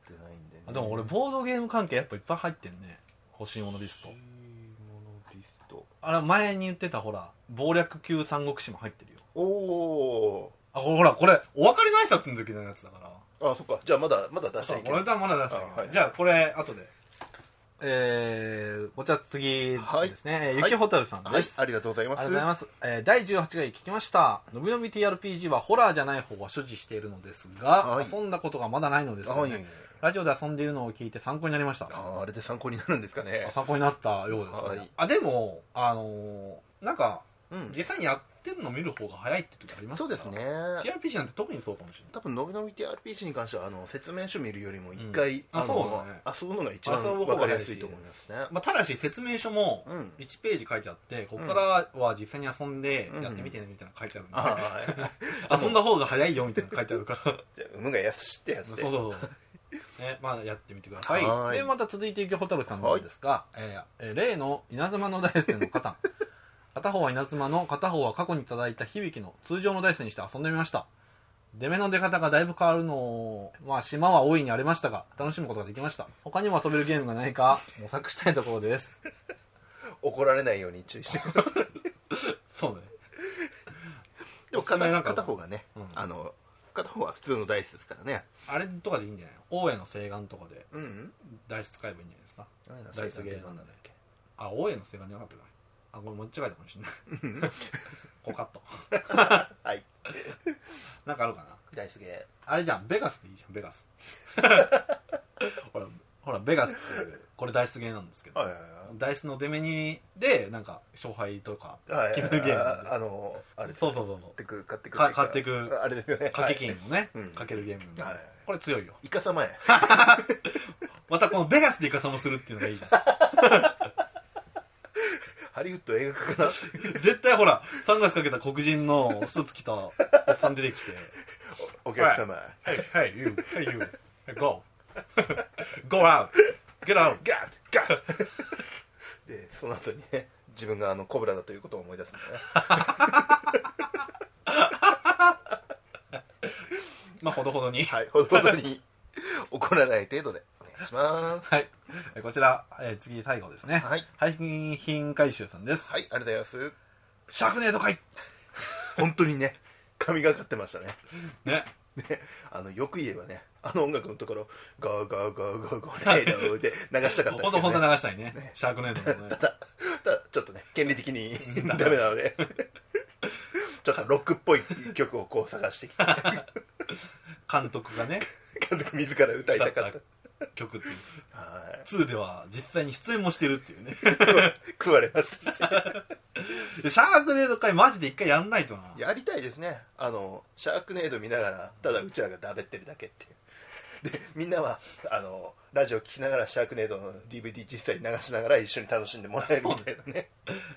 出ないんでね
あでも俺ボードゲーム関係やっぱいっぱい入ってんね欲しいものリスト
欲しいものリスト
あれ前に言ってたほら謀略級三国志も入ってるよ
おお
あこれほらこれお別れの挨拶の時のやつだから
ーあそっかじゃあまだまだ出しちゃいけな
俺
い
とはまだ出して
あはい
じゃあこれ後でえー、こちら次ですね、えーゆきほたるさん
は
で
い
す、
ありがとうございます
ありがとうございます。えー第18回聞きました。のびのび TRPG はホラーじゃない方は所持しているのですが、
はい
遊んだことがまだないのですよね、
はい
ラジオで遊んでいるのを聞いて参考になりました。
あーあれで参考になるんですかね
参考になったようです、ね
はい
あでもあのーなんか
うん
実際にやってるの見る方が早いって時あります
そう
から
ですね
TRPG なんて特にそうかもしれない
多分のびのび TRPG に関してはあの説明書見るよりも一回、
あ
あの
そうだね
遊ぶのが一番
遊ぶ方
分
が
かりやすいと思いますね
まあ、ただし説明書も
うん
1ページ書いてあってここからは実際に遊んでやってみてねみたいなの書いてあるんで、
ああはいはい
遊んだ方が早いよみたいなの書いてあるから
じゃあ、運が安しってやつ
そう
で。
そう そう、ねまあ、やってみてください
はい
でまた続いていくホタルさんの方ですが、えーえー例の稲妻のダイスでのカタン 片方は稲妻の片方は過去にいただいた響きの通常のダイスにして遊んでみました出目の出方がだいぶ変わるのを、まあ、島は大いにありましたが楽しむことができました他にも遊べるゲームがないか模索したいところ です
怒られないように注意して。
そうねお
でも
すすめ
片
なんか
片方がね、
うん
あの、片方は普通のダイスですからね。
あれとかでいいんじゃない大江の西岸とかで
うん。
ダイス使えばいいんじゃないですか
ダ
ダ
イ
イ
ス
ス
ゲ
ゲ
ー
ー
ム
ム
なんだっけ。
あ大江の西岸じゃなかったかなあこれ間違えたかもしれない コカット
はい。
なんかあるかな
ダイスゲ
あれじゃん、ベガスでいいじゃん、ベガ ス。ほら、ほら、ベガスっていう、これダイスゲーなんですけ
ー。
ど、
はいはい
ダイスの出目に、で、なんか、勝敗とか、
はい。はい
決めるゲームなんで
ああの、あれ
そうそうそうそ
買ってく、買ってく。
か買ってく
ああれですよね。
う、掛け金をね、
うん
かけるゲームなんで、
はい
これ強いよ。
イカ様や。
またこのベガスでイカサマするっていうのがいいじゃん。
ハリウッド映画化かな
絶対ほら、サングラスかけた黒人のスーツ着たおっさん出てきて、
おお客様。
Hey, hey, you, hey, you, go. go out, get out.
ガッガッ で、その後にね、自分があの、コブラだということを思い出すんだね。
まあ、ほどほどに。
はい。ほどほどに怒らない程度でお願いします。
はいえーこちら、えー次最後ですね、
はい。
廃品回収さんです、
はい、ありがとうございます。
シャークネード会
本当にね神がかってましたね
ね。
あのよく言えばねあの音楽のところ「ゴーゴーゴーゴーゴーレイドー」で流したかった
ほど
です
ほ
け
ど
ど、
流
ね、
したいね。シャークネードのね。
ただちょっとね権利的にダメなのでちょっとロックっぽい曲をこう探してきて
監督がね、
監督自ら歌い
歌
た
っ
かったた
曲っていう。
はい
2では実際に出演もしてるっていうね。
食われましたし
でシャークネード会マジで一回やんないとな。
やりたいですねあのシャークネード見ながらただうちらがだべってるだけっていうでみんなはあのラジオ聞きながらシャークネードの DVD 実際に流しながら一緒に楽しんでもらえるみたいなね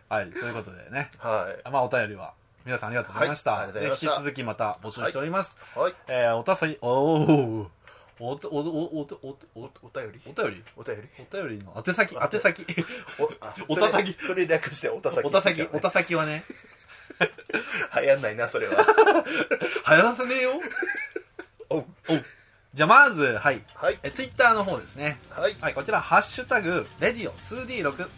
はいということでね
はい
まあお便りは皆さんありがとうございました、
はいありがとうございました
えー引き続きまた募集しております、
はい、
えーおたさい、おおおおとおおおとおとおと
お便り
お便り
お便り
お便りの宛先、宛先。
おあ
おたさき
それそれ略しておたさき
おたさ き、
ね
おたさきはね、
流行んないなそれは
流行らせね えよ。
お
じゃあまず、はい。
はい
え、ツイッターの方ですね。
はい
はい、こちら、ハッシュタグ、レディオ 2D6。
は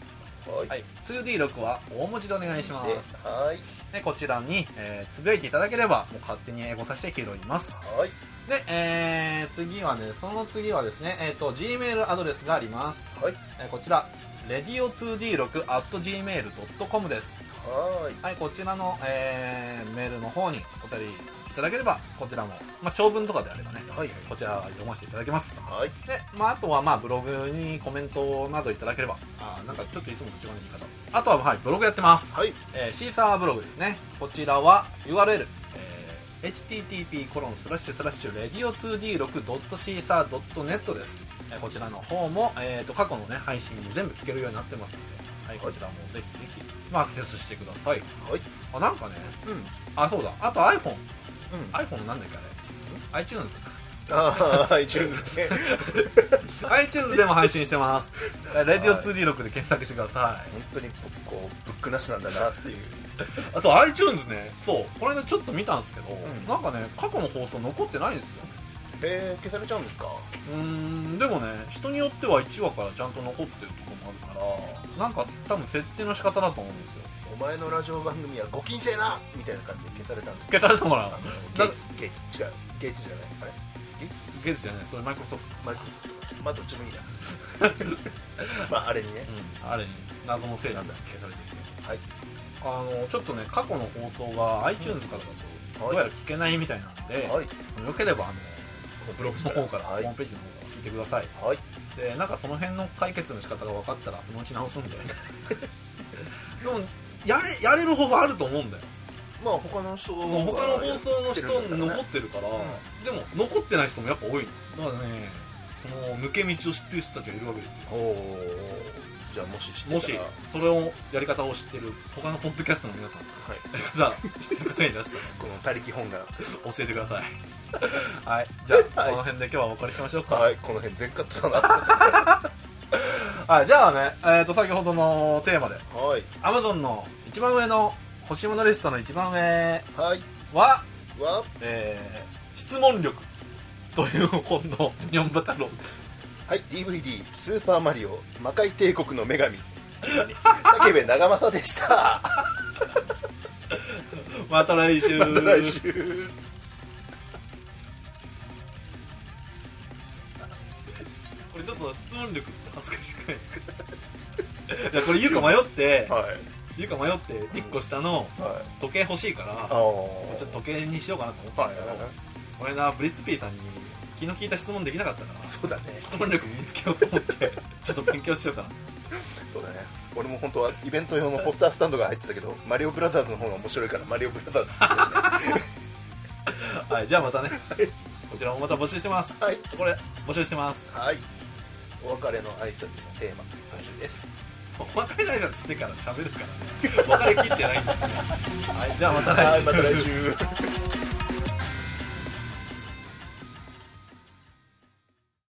はいい、2D6 は大文字でお願いします。
はい
で、こちらに、えーつぶやいていただければ、もう勝手に英語させて拾います。
はい
で、えー、次はね、その次はですね、えっ、と、Gmail アドレスがあります。
はい
えーこちら、radio2d6.gmail.com です。
はい
はい、こちらの、えーメールの方にお便りいただければ、こちらも、まあ、長文とかであればね、
はい
こちらは読ませていただきます。
はい
で、まあ、あとは、まあ、ブログにコメントなどいただければ、あーなんかちょっといつもと違う言い方。あとは、はい、ブログやってます。
はい
えーシーサーブログですね。こちらは URL、えー http コロンスラッシュスラッシュ radio2d6.caesar.net です。えーこちらの方も、えー、と過去の、ね、配信も全部聞けるようになってますので、はい、こちらもぜひぜひ、まあ、アクセスしてください。
はい
あ、なんかね、
うんうん
あ、そうだ。あと iPhone。iPhone なんだっけあれ ?iTunes。
ああ iTunes ね
iTunes でも配信してます。えー radio2d6 で検索してください。
本当にこうブックなしなんだなっていう
あと iTunes ね、そう、これねちょっと見たんですけど、
ん
なんかね、過去の放送残ってないんですよ。
えー、消されちゃうんですか
うーん、でもね、人によっては1話からちゃんと残ってるところもあるから、なんか多分設定の仕方だと思うんですよ。
お前のラジオ番組はご禁制なみたいな感じで消されたんです
消されたも
あ
ら
のゲイツゲイツ違うゲイツじゃないあれ
ゲーズじゃない、それマイクロソフ
マイクロまあどっちも いいなまああれにね
ト。うん、あれに、謎のせいなんだ、消されてきて。
はい
あのちょっとね過去の放送が iTunes からだとどうやら聞けないみたいなので、
はい
よければあのブログの方から、
はい
ホームページの方から聞いて
てください
はい
でなんかその辺の解決の仕方が分かったらそのうち直すんででもやれやれる方があると思うんだよ
まあ他の人
他の放送の人残
残
ってるから、でも残ってない人もやっぱ多い
だからね
その抜け道を知ってる人たちがいるわけですよ
おおじゃあもし知ってたら
もしそれをやり方を知ってる他のポッドキャストの皆さん
はい
やり方知ってる方いらしたら
この他力本願
教えてください はいじゃあ、
はい
この辺で今日はお別れしましょうか
はいこの辺全カット だな
はい、じゃあね、えー、と先ほどのテーマで
はい
Amazon の一番上の欲しいものリストの一番上
はい
は、
は
えー質問力という本のニョンバ太郎
はい DVD「スーパーマリオ魔界帝国の女神」武部長政でした
また来週
また来週
これちょっと質問力って恥ずかしくないですか いやこれ言うか迷って
はい
言うか迷って1個下の
はい
時計欲しいか
あ
らちょっ
ー
と時計にしようかなと思ったんだけどこれなブリッツピーさんに気の利いた質問できなかったから
そうだね
質問力身につけようと思ってちょっと勉強しようかな
そうだね俺も本当はイベント用のポスタースタンドが入ってたけどマリオブラザーズの方が面白いからマリオブラザーズって言いました
はい、じゃあまたね、こちらもまた募集してます。
はい
これ、募集してます。
はいお別れの挨拶のテーマ今週です
お別れないだってから 喋るからね。お別れ切ってないんだ。はい、じゃあまた
は
来
い
週。
また来週